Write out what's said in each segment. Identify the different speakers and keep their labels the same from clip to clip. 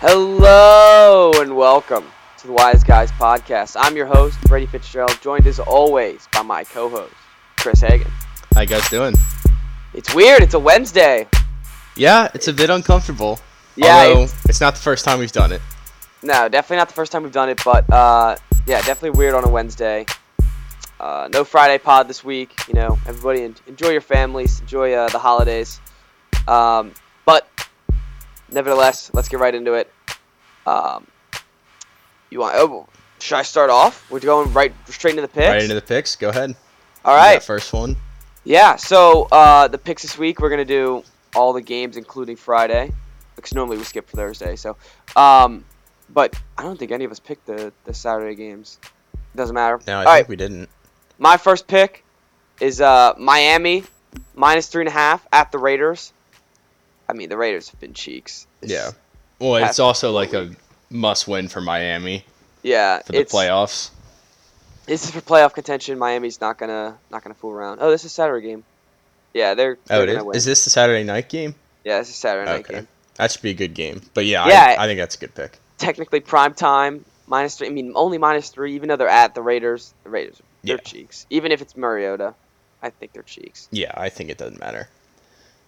Speaker 1: Hello and welcome to the Wise Guys Podcast. I'm your host, Brady Fitzgerald, joined as always by my co host, Chris Hagan.
Speaker 2: How you guys doing?
Speaker 1: It's weird, it's a Wednesday.
Speaker 2: Yeah, it's a bit uncomfortable.
Speaker 1: Yeah,
Speaker 2: although
Speaker 1: it's-
Speaker 2: it's not the first time we've done it.
Speaker 1: No, definitely not the first time we've done it, but uh, yeah, definitely weird on a Wednesday. Uh, no Friday pod this week. You know, everybody en- enjoy your families, enjoy uh, the holidays. Um, but nevertheless, let's get right into it. Um, you want? Oh, should I start off? We're going right straight into the picks.
Speaker 2: Right into the picks. Go ahead.
Speaker 1: All
Speaker 2: You
Speaker 1: right.
Speaker 2: got First one.
Speaker 1: Yeah, so uh, the picks this week, we're going to do all the games, including Friday, because normally we skip Thursday. So, um, But I don't think any of us picked the, the Saturday games. Doesn't matter.
Speaker 2: No, I
Speaker 1: all
Speaker 2: think
Speaker 1: right,
Speaker 2: we didn't.
Speaker 1: my first pick is uh, Miami, minus three and a half at the Raiders. I mean, the Raiders have been cheeks. It's-
Speaker 2: Yeah. Well,
Speaker 1: Pass-
Speaker 2: it's also like a must-win for Miami
Speaker 1: Yeah,
Speaker 2: for the
Speaker 1: it's,
Speaker 2: playoffs.
Speaker 1: This is for playoff contention. Miami's not gonna not gonna fool around. Oh, this is Saturday game. Yeah, they're,
Speaker 2: Oh,
Speaker 1: they're
Speaker 2: it
Speaker 1: gonna
Speaker 2: is.
Speaker 1: win.
Speaker 2: Is this the Saturday night game?
Speaker 1: yeah, this is Saturday night game.
Speaker 2: That should be a good game. But yeah,
Speaker 1: Yeah.
Speaker 2: I, I think that's a good pick.
Speaker 1: technically prime time minus three. I mean, only minus three, even though they're at the Raiders. The Raiders, they're
Speaker 2: Yeah.
Speaker 1: cheeks. Even if it's Mariota, I think they're cheeks.
Speaker 2: Yeah, I think it doesn't matter.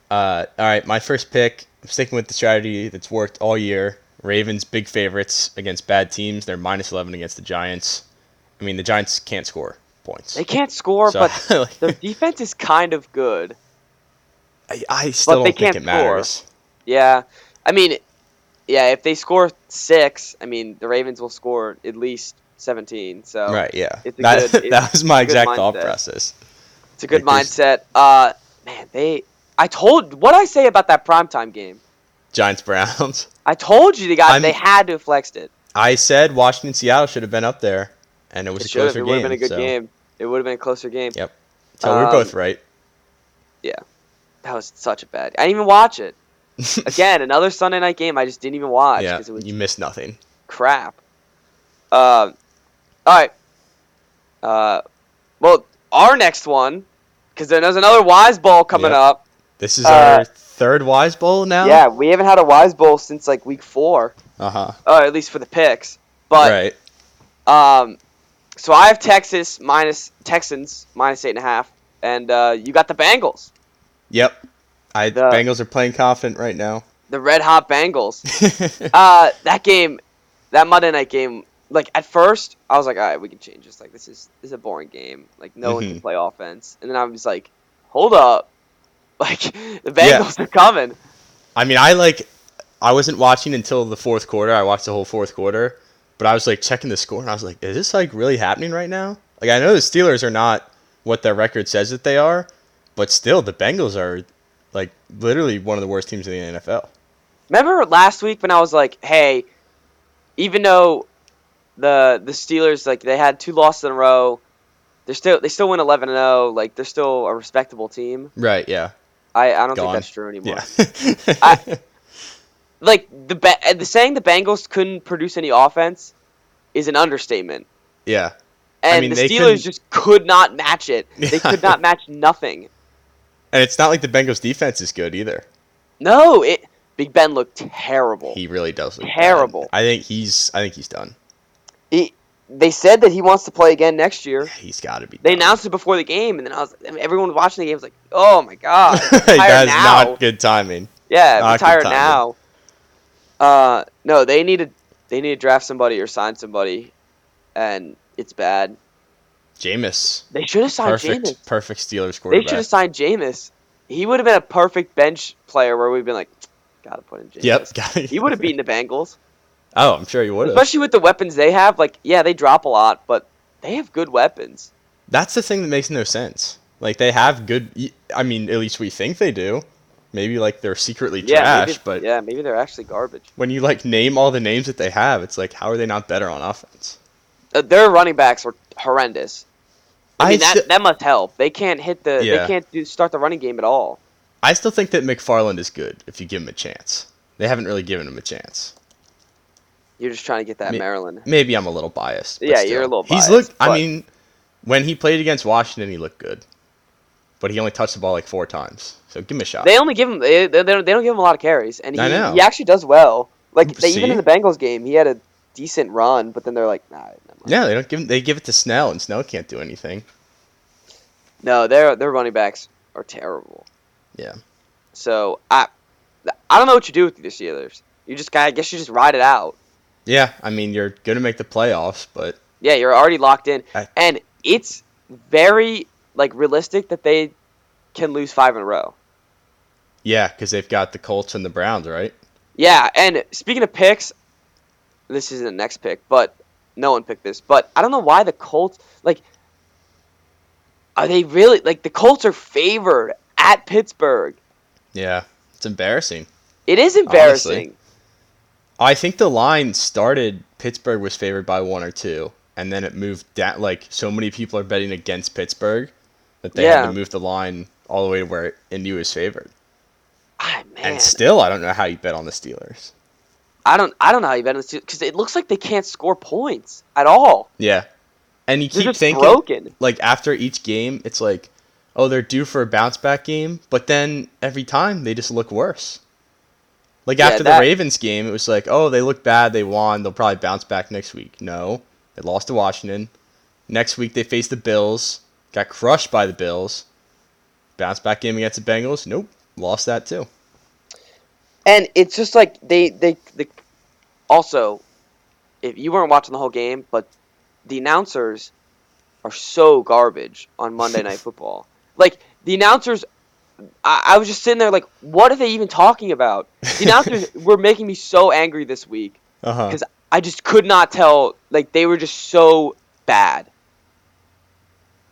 Speaker 2: Uh, all right, my first pick. I'm sticking with the strategy that's worked all year. Ravens big favorites against bad teams. They're minus 11 against the Giants. I mean, the Giants can't score points.
Speaker 1: They can't score,
Speaker 2: So,
Speaker 1: but
Speaker 2: like,
Speaker 1: their defense is kind of good.
Speaker 2: I, I still
Speaker 1: but
Speaker 2: don't
Speaker 1: they
Speaker 2: think
Speaker 1: can't
Speaker 2: it
Speaker 1: score.
Speaker 2: matters.
Speaker 1: Yeah, I mean, yeah, if they score six, I mean, the Ravens will score at least seventeen. So
Speaker 2: Right? Yeah.
Speaker 1: It's a
Speaker 2: that,
Speaker 1: good-
Speaker 2: that
Speaker 1: it's
Speaker 2: was my
Speaker 1: a good
Speaker 2: exact thought
Speaker 1: mindset.
Speaker 2: process.
Speaker 1: it's a good
Speaker 2: Like,
Speaker 1: mindset. Uh, man, they. I told what I say about that primetime game.
Speaker 2: Giants Browns.
Speaker 1: I told you the guys
Speaker 2: I'm-
Speaker 1: they had to have flexed it.
Speaker 2: I said Washington Seattle should have been up there, and it was
Speaker 1: It
Speaker 2: a
Speaker 1: should have.
Speaker 2: closer
Speaker 1: It would
Speaker 2: game.
Speaker 1: have been a good
Speaker 2: so-
Speaker 1: game. It would have been a closer game.
Speaker 2: Yep. So we we're
Speaker 1: Um,
Speaker 2: both right.
Speaker 1: That was such a bad. I didn't even watch it. Again, another Sunday night game I just didn't even watch
Speaker 2: yeah.
Speaker 1: because it was
Speaker 2: You missed nothing.
Speaker 1: crap. Um, all right. Uh, well, our next one, because there's another Wise Bowl coming
Speaker 2: Yep.
Speaker 1: up.
Speaker 2: This is
Speaker 1: Uh,
Speaker 2: our third Wise Bowl now.
Speaker 1: Yeah, we haven't had a Wise Bowl since like week four,
Speaker 2: Uh huh.
Speaker 1: or at least for the picks. But
Speaker 2: right.
Speaker 1: um, so I have Texas minus Texans minus eight and a half, and uh, you got the Bengals,
Speaker 2: Yep. I
Speaker 1: The-
Speaker 2: Bengals are playing confident right now.
Speaker 1: the red hot Bengals. uh, that game, that Monday night game, like at first I was like, all right, we can change this. Like this is this is a boring game. Like no one can
Speaker 2: Mhm.
Speaker 1: play offense. And then I was like, hold up, like the
Speaker 2: Yeah.
Speaker 1: Bengals are coming.
Speaker 2: I mean, I like. I wasn't watching until the fourth quarter. I watched the whole fourth quarter, but I was like checking the score, and I was like, "Is this like really happening right now?" Like, I know the Steelers are not what their record says that they are, but still, the Bengals are like literally one of the worst teams in the NFL.
Speaker 1: Remember last week when I was like, hey, even though the the Steelers like they had two losses in a row, they're still they still win eleven and zero. Like they're still a respectable team.
Speaker 2: Right? Yeah.
Speaker 1: I, I don't think
Speaker 2: Gone.
Speaker 1: that's true anymore.
Speaker 2: Yeah.
Speaker 1: I- like the ba- uh, the saying the Bengals couldn't produce any offense is an understatement.
Speaker 2: yeah.
Speaker 1: And
Speaker 2: I mean,
Speaker 1: the
Speaker 2: they
Speaker 1: Steelers
Speaker 2: couldn't-
Speaker 1: just could not match it. They could
Speaker 2: Yeah.
Speaker 1: not match nothing.
Speaker 2: And it's not like the Bengals defense is good either.
Speaker 1: No, it Big Ben looked terrible.
Speaker 2: He really does look bad.
Speaker 1: Terrible.
Speaker 2: I think he's. I think he's done.
Speaker 1: He, they said that he wants to play again next year.
Speaker 2: He's got to be.
Speaker 1: They
Speaker 2: done.
Speaker 1: announced it before the game, and then I was I mean, everyone watching the game was like, "Oh my god, retire
Speaker 2: that is
Speaker 1: now!"
Speaker 2: not good timing.
Speaker 1: yeah,
Speaker 2: not
Speaker 1: retire
Speaker 2: good timing.
Speaker 1: now. Uh, no, they need to they need to draft somebody or sign somebody, and it's bad.
Speaker 2: Jameis.
Speaker 1: They should have signed
Speaker 2: Perfect.
Speaker 1: Jameis.
Speaker 2: Perfect Steelers
Speaker 1: They
Speaker 2: quarterback.
Speaker 1: should have signed Jameis. He would have been a perfect bench player where we've been like, gotta put in Jameis.
Speaker 2: Yep. got it.
Speaker 1: He would have beaten the Bengals,
Speaker 2: Oh, I'm sure he would have.
Speaker 1: especially with the weapons they have. Like, yeah, they drop a lot, but they have good weapons.
Speaker 2: That's the thing that makes no sense. Like they have good. I mean, at least we think they do. Maybe like they're secretly
Speaker 1: yeah,
Speaker 2: trash,
Speaker 1: maybe,
Speaker 2: but
Speaker 1: yeah, maybe they're actually garbage.
Speaker 2: when you like name all the names that they have, it's like how are they not better on offense?
Speaker 1: Uh, their running backs were horrendous. I, mean, that,
Speaker 2: sti-
Speaker 1: that must help. They can't hit the. They
Speaker 2: Yeah.
Speaker 1: can't do, start the running game at all.
Speaker 2: I still think that McFarland is good if you give him a chance. They haven't really given him a chance.
Speaker 1: You're just trying to get that
Speaker 2: Me-
Speaker 1: Maryland.
Speaker 2: Maybe I'm a little biased. but
Speaker 1: Yeah,
Speaker 2: still.
Speaker 1: you're a little
Speaker 2: He's
Speaker 1: biased,
Speaker 2: looked.
Speaker 1: but-
Speaker 2: I mean, when he played against Washington, he looked good, but he only touched the ball like four times. So give him a shot.
Speaker 1: They only give him. They, they, they don't, they don't give him a lot of carries, and he,
Speaker 2: I know.
Speaker 1: he actually does well Like they, even
Speaker 2: See?
Speaker 1: in the Bengals game, he had a decent run, but then they're like, nah. never mind.
Speaker 2: Yeah, they don't give him, they give it to Snell, and Snell can't do anything.
Speaker 1: No, their their running backs are terrible.
Speaker 2: Yeah.
Speaker 1: So I I don't know what you do with the Steelers. You just kind of guess you just ride it out.
Speaker 2: Yeah, I mean you're gonna make the playoffs, but
Speaker 1: Yeah, you're already locked in,
Speaker 2: I-
Speaker 1: and it's very like realistic that they can lose five in a row.
Speaker 2: yeah, because they've got the Colts and the Browns, right?
Speaker 1: Yeah, and speaking of picks, this is the next pick, but no one picked this. But I don't know why the Colts like are they really like the Colts are favored at Pittsburgh.
Speaker 2: Yeah, it's embarrassing.
Speaker 1: It is embarrassing.
Speaker 2: I think the line started Pittsburgh was favored by one or two, and then it moved down. Like so many people are betting against Pittsburgh that they had
Speaker 1: Yeah.
Speaker 2: to move the line all the way to where Indy was favored.
Speaker 1: Ah, man.
Speaker 2: And still, I don't know how you bet on the Steelers.
Speaker 1: I don't I don't know how you bet on this because it looks like they can't score points at all.
Speaker 2: Yeah, and you
Speaker 1: They're
Speaker 2: keep
Speaker 1: just
Speaker 2: thinking
Speaker 1: broken.
Speaker 2: like after each game, it's like, oh, they're due for a bounce back game, but then every time they just look worse. Like
Speaker 1: Yeah,
Speaker 2: after
Speaker 1: that-
Speaker 2: the Ravens game, it was like, oh, they look bad, they won, they'll probably bounce back next week. No, they lost to Washington. Next week they face the Bills, got crushed by the Bills. Bounce back game against the Bengals, nope, lost that too.
Speaker 1: And it's just like they they the also if you weren't watching the whole game, but the announcers are so garbage on Monday Night Football. Like the announcers, I, I was just sitting there like, what are they even talking about? The announcers were making me so angry this week
Speaker 2: Uh huh.
Speaker 1: because I just could not tell. Like they were just so bad.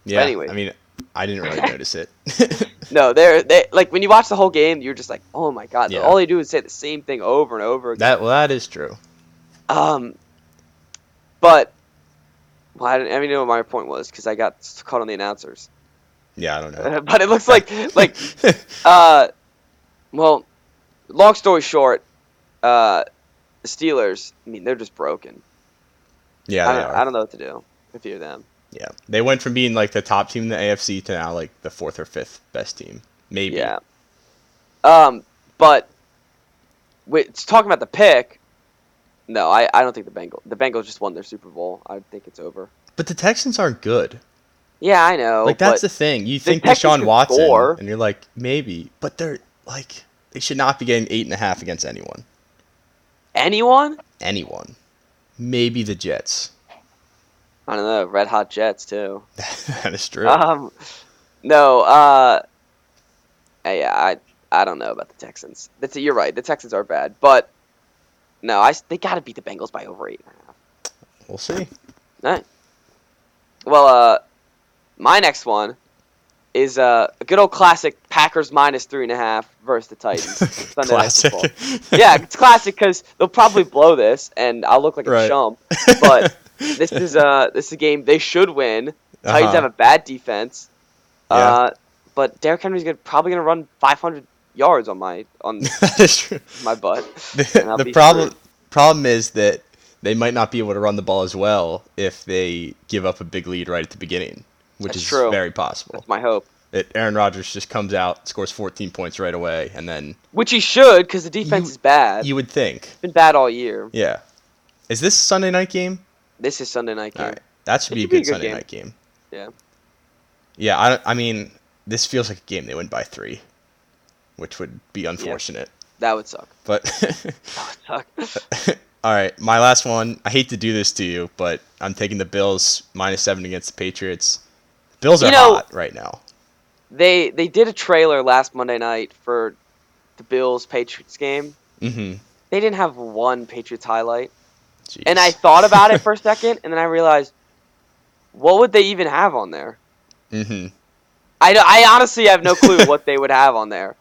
Speaker 2: Yeah.
Speaker 1: anyway.
Speaker 2: I mean, I didn't really notice it.
Speaker 1: No, they're they like when you watch the whole game, you're just like, oh my god,
Speaker 2: Yeah.
Speaker 1: all they do is say the same thing over and over again.
Speaker 2: that well, that is true.
Speaker 1: Um, but well, I, didn't, I didn't know what my point was because I got s- caught on the announcers.
Speaker 2: Yeah, I don't know.
Speaker 1: but it looks like like uh, well, long story short, uh, the Steelers. I mean, they're just broken.
Speaker 2: yeah,
Speaker 1: I
Speaker 2: they
Speaker 1: don't,
Speaker 2: are.
Speaker 1: I don't know what to do if you're them.
Speaker 2: Yeah, they went from being like the top team in the AFC to now like the fourth or fifth best team, maybe.
Speaker 1: Yeah. Um, but wait, it's talking about the pick. No, I, I don't think the Bengals the Bengals just won their Super Bowl. I think it's over.
Speaker 2: But the Texans aren't good.
Speaker 1: Yeah, I know.
Speaker 2: like that's
Speaker 1: but
Speaker 2: the thing. You think
Speaker 1: Texans
Speaker 2: Deshaun
Speaker 1: can
Speaker 2: Watson,
Speaker 1: score.
Speaker 2: and you're like maybe, but they're like they should not be getting eight and a half against anyone.
Speaker 1: anyone?
Speaker 2: Anyone. Maybe the Jets.
Speaker 1: I don't know. Red Hot Jets too.
Speaker 2: that is true.
Speaker 1: Um, no. Uh, yeah, I I don't know about the Texans. That's you're right. The Texans are bad, but no, I s- they got to beat the Bengals by over eight and a half.
Speaker 2: we'll see.
Speaker 1: All right. Well, uh, my next one is uh, a good old classic Packers minus three and a half versus the Titans. Sunday Night Football. yeah, it's classic because they'll probably blow this, and I'll look like a
Speaker 2: Right.
Speaker 1: chump. But this is uh, this is a game they should win. Titans
Speaker 2: Uh-huh.
Speaker 1: have a bad defense.
Speaker 2: Yeah.
Speaker 1: Uh, but Derrick Henry's gonna, probably going to run 500 yards on my on
Speaker 2: that is true.
Speaker 1: my butt. and
Speaker 2: the,
Speaker 1: I'll
Speaker 2: the
Speaker 1: be
Speaker 2: problem
Speaker 1: screwed.
Speaker 2: problem is that they might not be able to run the ball as well if they give up a big lead right at the beginning, which
Speaker 1: That's
Speaker 2: is
Speaker 1: true.
Speaker 2: very possible.
Speaker 1: That's my hope.
Speaker 2: That Aaron Rodgers just comes out, scores 14 points right away, and then
Speaker 1: Which he should because the defense
Speaker 2: You-
Speaker 1: is bad.
Speaker 2: you would think,
Speaker 1: it's been bad all year.
Speaker 2: yeah, is this a Sunday night game?
Speaker 1: This is Sunday night game.
Speaker 2: All right, that should
Speaker 1: It
Speaker 2: be
Speaker 1: should
Speaker 2: a good, Sunday
Speaker 1: game.
Speaker 2: night game.
Speaker 1: Yeah.
Speaker 2: Yeah, I, don't- I mean, this feels like a game they win by three, which would be unfortunate.
Speaker 1: That would suck.
Speaker 2: But
Speaker 1: That would suck.
Speaker 2: All right, my last one. I hate to do this to you, but I'm taking the Bills minus seven against the Patriots. Bills are
Speaker 1: You know-
Speaker 2: hot right now.
Speaker 1: they they did a trailer last Monday night for the Bills Patriots game.
Speaker 2: Mm-hmm.
Speaker 1: They didn't have one Patriots highlight. And I thought about it for a second, and then I realized, what would they even have on there?
Speaker 2: mm-hmm.
Speaker 1: I, I honestly have no clue what they would have on there.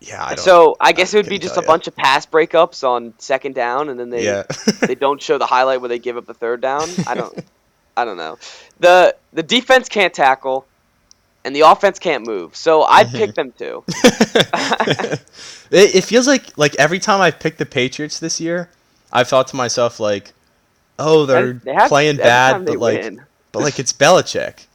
Speaker 2: Yeah, I don't.
Speaker 1: so I guess it would be
Speaker 2: couldn't
Speaker 1: just a
Speaker 2: tell ya.
Speaker 1: bunch of pass breakups on second down, and then they
Speaker 2: yeah.
Speaker 1: they don't show the highlight where they give up the third down. I don't I don't know. The the defense can't tackle, and the offense can't move. So I'd pick them too.
Speaker 2: it, it feels like like every time I've picked the Patriots this year, I've thought to myself like, oh, they're
Speaker 1: They have-
Speaker 2: playing
Speaker 1: every time
Speaker 2: bad,
Speaker 1: they
Speaker 2: but like,
Speaker 1: win.
Speaker 2: but like it's Belichick.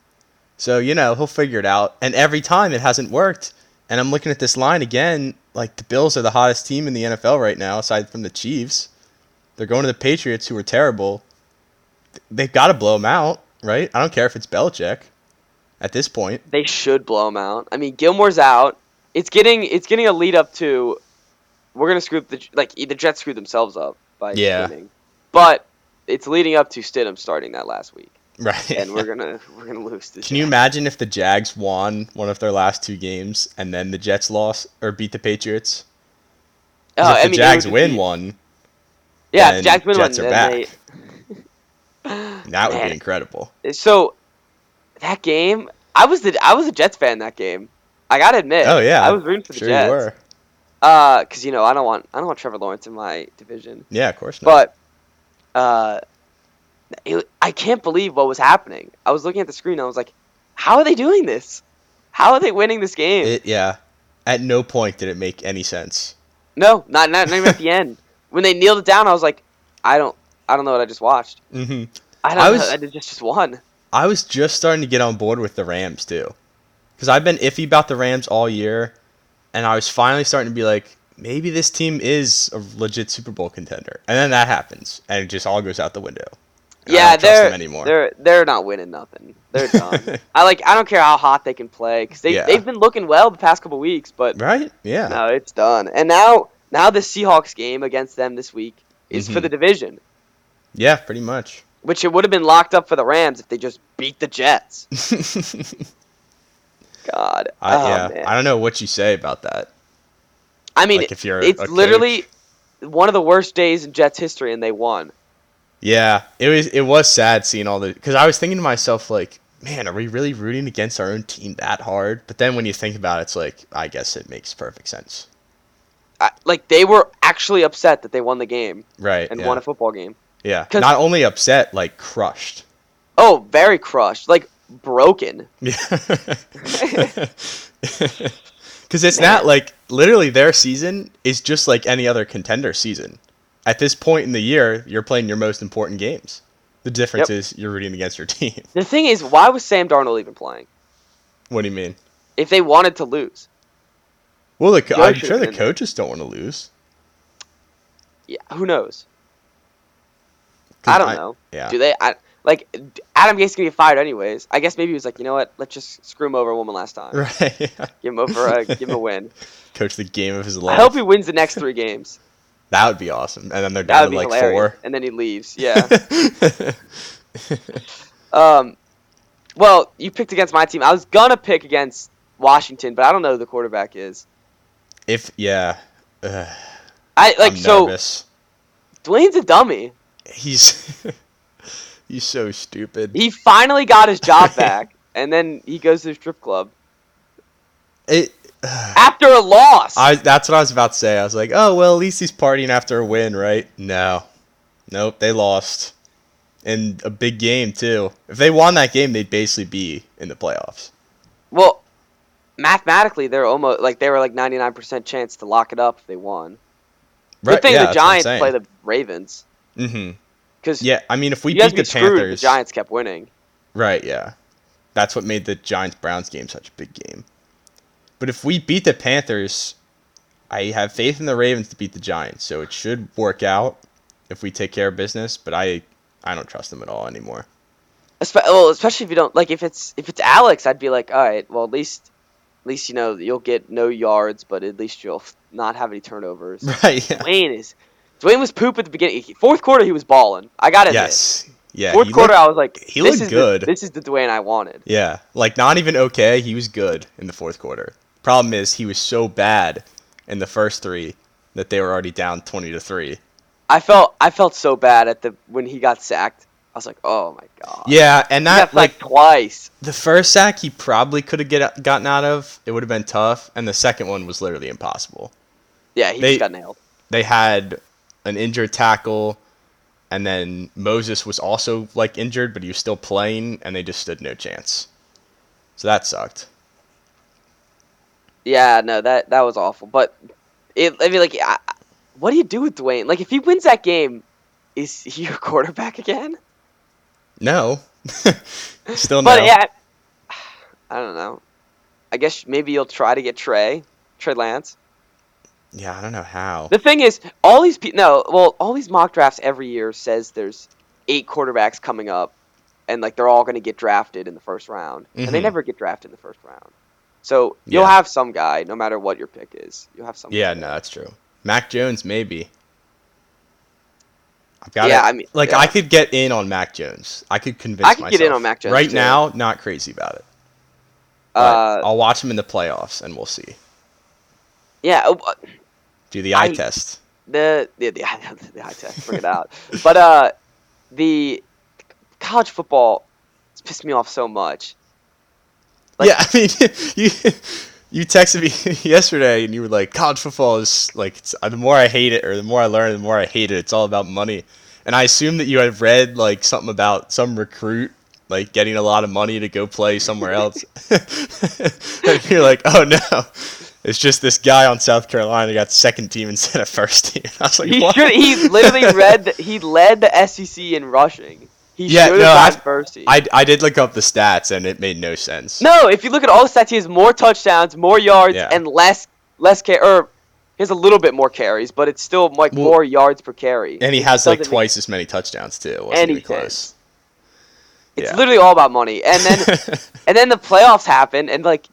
Speaker 2: So you know he'll figure it out, and every time it hasn't worked. And I'm looking at this line again. Like the Bills are the hottest team in the NFL right now, aside from the Chiefs. They're going to the Patriots, who are terrible. They've got to blow them out, right? I don't care if it's Belichick. At this point,
Speaker 1: They should blow him out. I mean, Gilmore's out. It's getting it's getting a lead up to we're gonna screw up the like e, the Jets screwed themselves up by
Speaker 2: Yeah.
Speaker 1: winning, but it's leading up to Stidham starting that last week,
Speaker 2: right?
Speaker 1: and we're gonna we're gonna lose this.
Speaker 2: Can you imagine if the Jags won one of their last two games and then the Jets lost or beat the Patriots? 'Cause
Speaker 1: Oh,
Speaker 2: if the Jags win one,
Speaker 1: yeah,
Speaker 2: then
Speaker 1: if Jags win
Speaker 2: Jets
Speaker 1: one,
Speaker 2: are
Speaker 1: then
Speaker 2: back. that would
Speaker 1: Man.
Speaker 2: be incredible.
Speaker 1: they- so that game, I was the I was a Jets fan that game. I gotta admit,
Speaker 2: Oh yeah,
Speaker 1: I was rooting for the
Speaker 2: sure
Speaker 1: Jets,
Speaker 2: you were.
Speaker 1: Uh, 'cause, you know I don't want I don't want Trevor Lawrence in my division.
Speaker 2: Yeah, of course not.
Speaker 1: But uh, it, I can't believe what was happening. I was looking at the screen. And I was like, "How are they doing this? How are they winning this game?"
Speaker 2: It, yeah. At no point did it make any sense.
Speaker 1: no, not not, not even at the end. When they kneeled it down, I was like, "I don't, I don't know what I just watched.
Speaker 2: hmm
Speaker 1: I don't
Speaker 2: I
Speaker 1: know.
Speaker 2: was-
Speaker 1: I just just won."
Speaker 2: I was just starting to get on board with the Rams too, because I've been iffy about the Rams all year, and I was finally starting to be like, maybe this team is a legit Super Bowl contender. And then that happens, and it just all goes out the window. And I
Speaker 1: yeah,
Speaker 2: don't trust
Speaker 1: they're
Speaker 2: them anymore.
Speaker 1: they're they're not winning nothing. They're done. I like. I don't care how hot they can play because they
Speaker 2: Yeah.
Speaker 1: they've been looking well the past couple weeks, but
Speaker 2: right? Yeah.
Speaker 1: No, it's done. And now now the Seahawks game against them this week is for
Speaker 2: Mhm.
Speaker 1: the division,
Speaker 2: Yeah, pretty much.
Speaker 1: which it would have been locked up for the Rams if they just beat the Jets. God.
Speaker 2: I,
Speaker 1: oh,
Speaker 2: yeah,
Speaker 1: man.
Speaker 2: I don't know what you say about that.
Speaker 1: I mean,
Speaker 2: like, if you're
Speaker 1: it's
Speaker 2: a coach.
Speaker 1: literally one of the worst days in Jets history, and they won.
Speaker 2: Yeah, it was it was sad seeing all the because I was thinking to myself like, man, are we really rooting against our own team that hard? But then when you think about it, it's like I guess it makes perfect sense,
Speaker 1: I, like they were actually upset that they won the game
Speaker 2: right?
Speaker 1: and
Speaker 2: yeah.
Speaker 1: won a football game.
Speaker 2: yeah,
Speaker 1: 'cause-
Speaker 2: not only upset, like crushed.
Speaker 1: Oh, very crushed, like broken.
Speaker 2: Yeah, because it's not like literally their season is just like any other contender season. At this point in the year, you're playing your most important games. The difference
Speaker 1: Yep.
Speaker 2: is you're rooting against your team.
Speaker 1: The thing is, why was Sam Darnold even playing
Speaker 2: what do you mean?
Speaker 1: if they wanted to lose?
Speaker 2: Well, the, co- I'm
Speaker 1: Josh
Speaker 2: sure the
Speaker 1: Allen.
Speaker 2: coaches don't want to lose.
Speaker 1: Yeah, who knows?
Speaker 2: 'Cause
Speaker 1: I don't know.
Speaker 2: Yeah.
Speaker 1: Do they? I, like d- Adam Gase can get fired anyways. I guess maybe he was like, you know what? Let's just screw him over one last time.
Speaker 2: Right. yeah.
Speaker 1: Give him over. A, give him a win.
Speaker 2: Coach the game of his
Speaker 1: I
Speaker 2: life.
Speaker 1: hope he wins the next three games.
Speaker 2: that would be awesome. And then they're
Speaker 1: That
Speaker 2: down
Speaker 1: would be
Speaker 2: to like
Speaker 1: hilarious.
Speaker 2: four.
Speaker 1: And then he leaves. Yeah. um, well, you picked against my team. I was gonna pick against Washington, but I don't know who the quarterback is.
Speaker 2: if yeah, Ugh,
Speaker 1: I like
Speaker 2: I'm
Speaker 1: so
Speaker 2: nervous.
Speaker 1: Dwayne's a dummy.
Speaker 2: He's he's so stupid.
Speaker 1: He finally got his job back, and then he goes to the strip club
Speaker 2: It,
Speaker 1: after a loss.
Speaker 2: I that's what I was about to say. I was like, oh well, at least he's partying after a win, right? No, nope, they lost, in a big game too. If they won that game, they'd basically be in the playoffs.
Speaker 1: Well, mathematically, they're almost like they were like ninety nine percent chance to lock it up if they won. Good thing the Giants play the Ravens
Speaker 2: Mm-hmm.
Speaker 1: because
Speaker 2: Yeah, I mean, if we
Speaker 1: you guys
Speaker 2: beat
Speaker 1: would be
Speaker 2: the
Speaker 1: screwed. if
Speaker 2: Panthers,
Speaker 1: The Giants kept winning.
Speaker 2: Right, yeah. That's what made the Giants Browns game such a big game. But if we beat the Panthers, I have faith in the Ravens to beat the Giants, so it should work out if we take care of business, but I I don't trust them at all anymore.
Speaker 1: Espe- well, especially if you don't like if it's if it's Alex, I'd be like, all right, well at least at least you know you'll get no yards, but at least you'll not have any turnovers.
Speaker 2: Right. Yeah.
Speaker 1: Dwayne is Dwayne was poop at the beginning. He- Fourth quarter, he was balling. I got it.
Speaker 2: Yes. Yeah.
Speaker 1: Fourth
Speaker 2: he
Speaker 1: quarter,
Speaker 2: looked-
Speaker 1: I was like,
Speaker 2: he
Speaker 1: this
Speaker 2: looked
Speaker 1: is the-
Speaker 2: good.
Speaker 1: this is the Dwayne I wanted.
Speaker 2: yeah. Like not even okay, he was good in the fourth quarter. Problem is he was so bad in the first 3 that they were already down 20 to 3.
Speaker 1: I felt I felt so bad at the when he got sacked. I was like, oh my god.
Speaker 2: Yeah, and
Speaker 1: He got
Speaker 2: that like
Speaker 1: like twice.
Speaker 2: The first sack he probably could have get gotten out of. It would have been tough, and the second one was literally impossible.
Speaker 1: Yeah, he
Speaker 2: they-
Speaker 1: just got nailed.
Speaker 2: They had an injured tackle, and then Moses was also like injured, but he was still playing, and they just stood no chance. So that sucked.
Speaker 1: Yeah, no, that that was awful. But it, I mean, like, I, I- what do you do with Dwayne? Like, if he wins that game, is he your quarterback again?
Speaker 2: No, still no.
Speaker 1: But yeah, I don't know. I guess maybe you'll try to get Trey, Trey Lance.
Speaker 2: Yeah, I don't know how.
Speaker 1: The thing is, all these people, no, well, all these mock drafts every year says there's eight quarterbacks coming up, and like they're all going to get drafted in the first round, and they
Speaker 2: Mhm.
Speaker 1: never get drafted in the first round. So you'll
Speaker 2: Yeah.
Speaker 1: have some guy, no matter what your pick is, you'll have some.
Speaker 2: Yeah, no, that's true. Mac Jones, maybe. I've got
Speaker 1: Yeah,
Speaker 2: it.
Speaker 1: I mean,
Speaker 2: like
Speaker 1: yeah.
Speaker 2: I could get in on Mac Jones. I could convince.
Speaker 1: I could get in
Speaker 2: myself.
Speaker 1: on Mac Jones,
Speaker 2: right
Speaker 1: too.
Speaker 2: now. Not crazy about it. But
Speaker 1: Uh,
Speaker 2: I'll watch him in the playoffs, and we'll see.
Speaker 1: yeah. uh,
Speaker 2: Do the eye
Speaker 1: I-
Speaker 2: test.
Speaker 1: the the the, eye- the eye test, bring it out. But uh, the college football it's pissed me off so much. like-
Speaker 2: yeah, I mean, you you texted me yesterday, and you were like, "College football is like it's, uh, the more I hate it, or the more I learn, the more I hate it. It's all about money." And I assume that you had read like something about some recruit like getting a lot of money to go play somewhere else. and you're like, "Oh no." It's just this guy on South Carolina got second team instead of first team. I was like,
Speaker 1: He
Speaker 2: what?
Speaker 1: should. He literally read. The, he led the SEC in rushing. He
Speaker 2: Yeah,
Speaker 1: should
Speaker 2: no,
Speaker 1: have
Speaker 2: I-
Speaker 1: got first team.
Speaker 2: I, I did look up the stats and it made no sense.
Speaker 1: no, if you look at all the stats, he has more touchdowns, more yards,
Speaker 2: Yeah.
Speaker 1: and less less carry. Or he has a little bit more carries, but it's still like
Speaker 2: Well-
Speaker 1: more yards per carry.
Speaker 2: And he has like
Speaker 1: doesn't make
Speaker 2: twice as many touchdowns too. It wasn't
Speaker 1: any
Speaker 2: even close.
Speaker 1: sense. It's
Speaker 2: yeah.
Speaker 1: literally all about money. And then and then the playoffs happen, and like,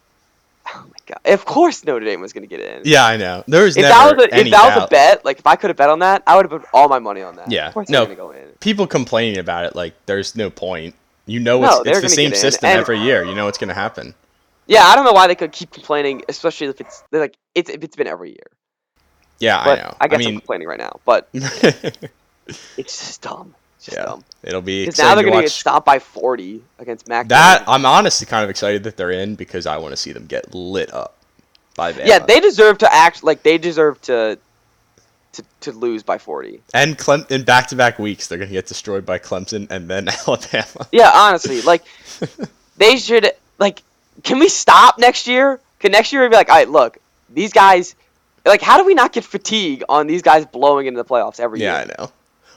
Speaker 1: oh my god! Of course, Notre Dame was gonna get in.
Speaker 2: Yeah, I know. There was
Speaker 1: If
Speaker 2: never
Speaker 1: that was a,
Speaker 2: any
Speaker 1: if that was a
Speaker 2: doubt.
Speaker 1: bet, like if I could have bet on that, I would have put all my money on that.
Speaker 2: Yeah,
Speaker 1: Of course
Speaker 2: no.
Speaker 1: they're gonna go in.
Speaker 2: People complaining about it, like there's no point. You know,
Speaker 1: No,
Speaker 2: it's,
Speaker 1: they're
Speaker 2: it's the
Speaker 1: gonna
Speaker 2: same
Speaker 1: get in,
Speaker 2: system
Speaker 1: and-
Speaker 2: every year. You know what's gonna happen.
Speaker 1: Yeah, I don't know why they could keep complaining, especially if it's they're like it's if it's been every year.
Speaker 2: Yeah,
Speaker 1: But
Speaker 2: I know.
Speaker 1: guess I am
Speaker 2: mean,
Speaker 1: complaining right now, but it's just dumb. It's just
Speaker 2: Yeah,
Speaker 1: dumb.
Speaker 2: it'll be
Speaker 1: Because now
Speaker 2: exciting
Speaker 1: they're
Speaker 2: to
Speaker 1: gonna get
Speaker 2: watch.
Speaker 1: stopped by 40 against Mac.
Speaker 2: That oh,
Speaker 1: Jones.
Speaker 2: I'm honestly kind of excited that they're in because I want to see them get lit up by Bama.
Speaker 1: yeah, they deserve to act like they deserve to to to lose by 40.
Speaker 2: and Clem in back-to-back weeks they're gonna get destroyed by Clemson and then Alabama.
Speaker 1: Yeah, honestly, like they should like can we stop next year? Can next year be like, all right, look, these guys like how do we not get fatigue on these guys blowing into the playoffs every
Speaker 2: Yeah,
Speaker 1: year?
Speaker 2: I know.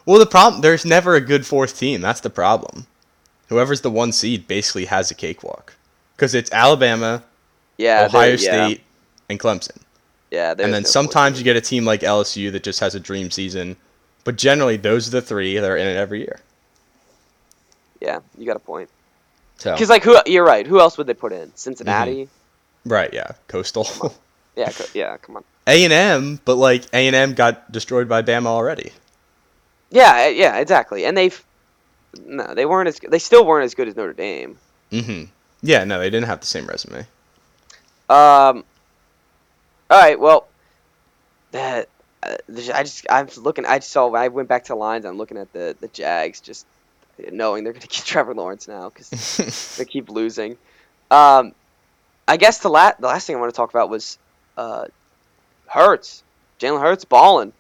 Speaker 2: Well, the problem there's never a good fourth team. That's the problem. Whoever's the one seed basically has a cakewalk because it's Alabama,
Speaker 1: Yeah,
Speaker 2: Ohio
Speaker 1: there- yeah,
Speaker 2: State, and Clemson.
Speaker 1: Yeah,
Speaker 2: And then sometimes you get a team like LSU that just has a dream season, but generally those are the three that are in it every year.
Speaker 1: yeah, you got a point.
Speaker 2: So
Speaker 1: Because like who you're right. Who else would they put in? Cincinnati.
Speaker 2: right, yeah, Coastal,
Speaker 1: Yeah, co- yeah. Come on.
Speaker 2: A and M, but like A and M got destroyed by Bama already.
Speaker 1: Yeah, eh, yeah, exactly. And they've no, they weren't as good. they still weren't as good as Notre Dame.
Speaker 2: hmm Yeah, no, they didn't have the same resume.
Speaker 1: Um. All right. Well, that uh, the- I just I'm looking. I just saw when I went back to the lines. I'm looking at the the Jags, just knowing they're gonna get Trevor Lawrence now because they keep losing. Um, I guess the last the last thing I want to talk about was uh, Hurts, Jalen Hurts balling.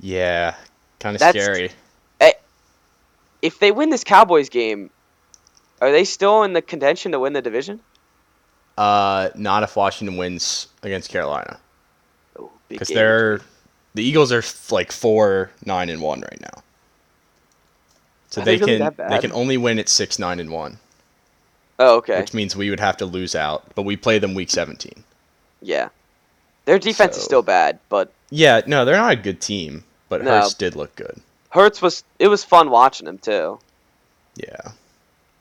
Speaker 2: yeah, kind of
Speaker 1: That's-
Speaker 2: scary.
Speaker 1: If they win this Cowboys game, are they still in the contention to win the division?
Speaker 2: Uh, not if Washington wins against Carolina.
Speaker 1: Oh, big
Speaker 2: because
Speaker 1: game.
Speaker 2: they're the Eagles are f- like four nine and one right now. So
Speaker 1: Are
Speaker 2: they
Speaker 1: they really
Speaker 2: can
Speaker 1: that bad?
Speaker 2: they can only win at six nine and one,
Speaker 1: Oh, okay.
Speaker 2: which means we would have to lose out. But we play them week seventeen.
Speaker 1: Yeah, their defense is
Speaker 2: So-
Speaker 1: still bad, but
Speaker 2: Yeah, no, they're not a good team, but
Speaker 1: No.
Speaker 2: Hurst did look good.
Speaker 1: Hurts was it was fun watching him too.
Speaker 2: Yeah,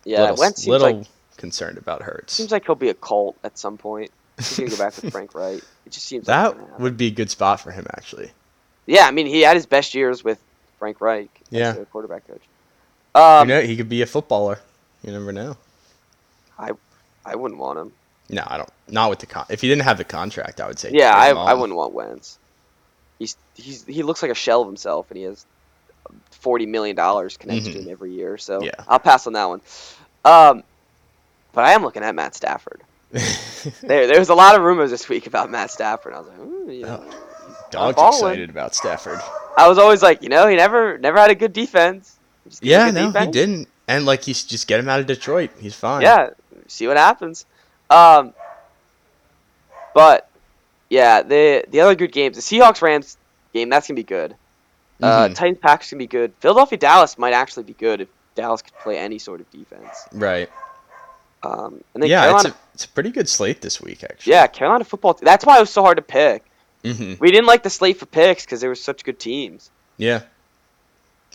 Speaker 1: Yeah,
Speaker 2: little,
Speaker 1: Wentz seems
Speaker 2: little
Speaker 1: like
Speaker 2: concerned about Hurts.
Speaker 1: seems like he'll be a cult at some point. He's gonna go back with Frank Wright. It just seems like it's gonna
Speaker 2: that
Speaker 1: happen.
Speaker 2: would be a good spot for him actually.
Speaker 1: Yeah, I mean he had his best years with Frank Reich. as
Speaker 2: Yeah.
Speaker 1: the quarterback coach. Um,
Speaker 2: you know, he could be a footballer. You never know.
Speaker 1: I wouldn't want him.
Speaker 2: No, I don't. Not with the con. If he didn't have the contract, I would say.
Speaker 1: Yeah,
Speaker 2: get
Speaker 1: I,
Speaker 2: him
Speaker 1: I
Speaker 2: on.
Speaker 1: wouldn't want Wentz. He's he's he looks like a shell of himself, and he has forty million dollars connected to
Speaker 2: Mhm.
Speaker 1: him every year. So
Speaker 2: Yeah.
Speaker 1: I'll pass on that one. Um, but I am looking at Matt Stafford.
Speaker 2: Hmm.
Speaker 1: there, there was a lot of rumors this week about Matt Stafford. I was like, Ooh, you
Speaker 2: Oh.
Speaker 1: know,
Speaker 2: Dog's
Speaker 1: balling.
Speaker 2: excited about Stafford.
Speaker 1: I was always like, you know, he never never had a good defense. Just get a
Speaker 2: Yeah,
Speaker 1: good
Speaker 2: no, he
Speaker 1: defense.
Speaker 2: didn't. And like he's just get him out of Detroit. He's fine.
Speaker 1: Yeah, see what happens. Um, but yeah, the the other good games, the Seahawks Rams game, that's gonna be good. Uh,
Speaker 2: Mhm.
Speaker 1: Titans Packers gonna be good. Philadelphia Dallas might actually be good if Dallas could play any sort of defense.
Speaker 2: Right.
Speaker 1: Um, and then
Speaker 2: yeah, it's
Speaker 1: Carolina,
Speaker 2: a, it's a pretty good slate this week, actually.
Speaker 1: yeah, Carolina football. T- that's why it was so hard to pick.
Speaker 2: hmm
Speaker 1: We didn't like the slate for picks because there were such good teams.
Speaker 2: Yeah.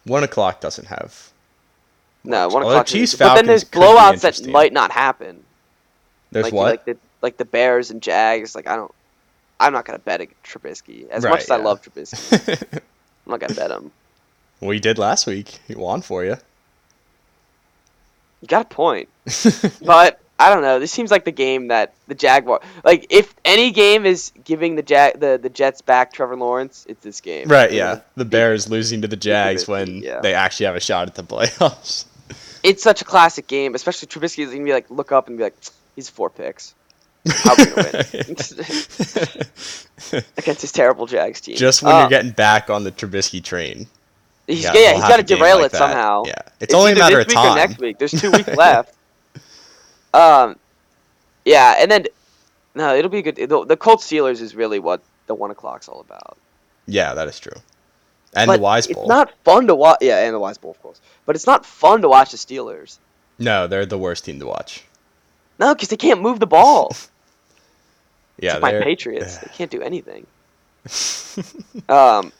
Speaker 2: One o'clock doesn't have.
Speaker 1: No,
Speaker 2: Watch.
Speaker 1: one
Speaker 2: Although
Speaker 1: o'clock.
Speaker 2: Chiefs,
Speaker 1: but then
Speaker 2: Falcons
Speaker 1: there's
Speaker 2: could be
Speaker 1: blowouts that
Speaker 2: interesting.
Speaker 1: might not happen.
Speaker 2: There's
Speaker 1: like,
Speaker 2: what?
Speaker 1: Like the, like the Bears and Jags. Like I don't. I'm not gonna bet ag- Trubisky as much
Speaker 2: Right,
Speaker 1: as I
Speaker 2: yeah.
Speaker 1: love Trubisky. I'm not gonna bet him.
Speaker 2: we did last week. He won for you.
Speaker 1: You got a point, but I don't know. This seems like the game that the Jaguar. Like if any game is giving the Jag the, the Jets back Trevor Lawrence, it's this game.
Speaker 2: right, yeah. The Bears losing to the Jags
Speaker 1: Trubisky,
Speaker 2: when
Speaker 1: yeah.
Speaker 2: they actually have a shot at the playoffs.
Speaker 1: It's such a classic game, especially Trubisky is gonna be like look up and be like, he's four picks How we gonna against this terrible Jags team.
Speaker 2: Just when
Speaker 1: Uh,
Speaker 2: you're getting back on the Trubisky train.
Speaker 1: he's, yeah,
Speaker 2: yeah, we'll
Speaker 1: he's
Speaker 2: have
Speaker 1: got to
Speaker 2: a game
Speaker 1: derail
Speaker 2: like
Speaker 1: it
Speaker 2: that.
Speaker 1: somehow.
Speaker 2: Yeah. It's only a
Speaker 1: either this
Speaker 2: matter of
Speaker 1: week Or
Speaker 2: time.
Speaker 1: next week, there's two weeks left. Um, yeah, and then no, it'll be a good. The, the Colts Steelers is really what the one o'clock's all about.
Speaker 2: Yeah, that is true. And
Speaker 1: But
Speaker 2: the Wise
Speaker 1: It's
Speaker 2: Bowl.
Speaker 1: not fun to watch. Yeah, and the Wise Bowl, of course. But it's not fun to watch the Steelers.
Speaker 2: No, they're the worst team to watch.
Speaker 1: No, because they can't move the ball.
Speaker 2: Yeah,
Speaker 1: Except my
Speaker 2: they're-
Speaker 1: Patriots, they can't do anything. um,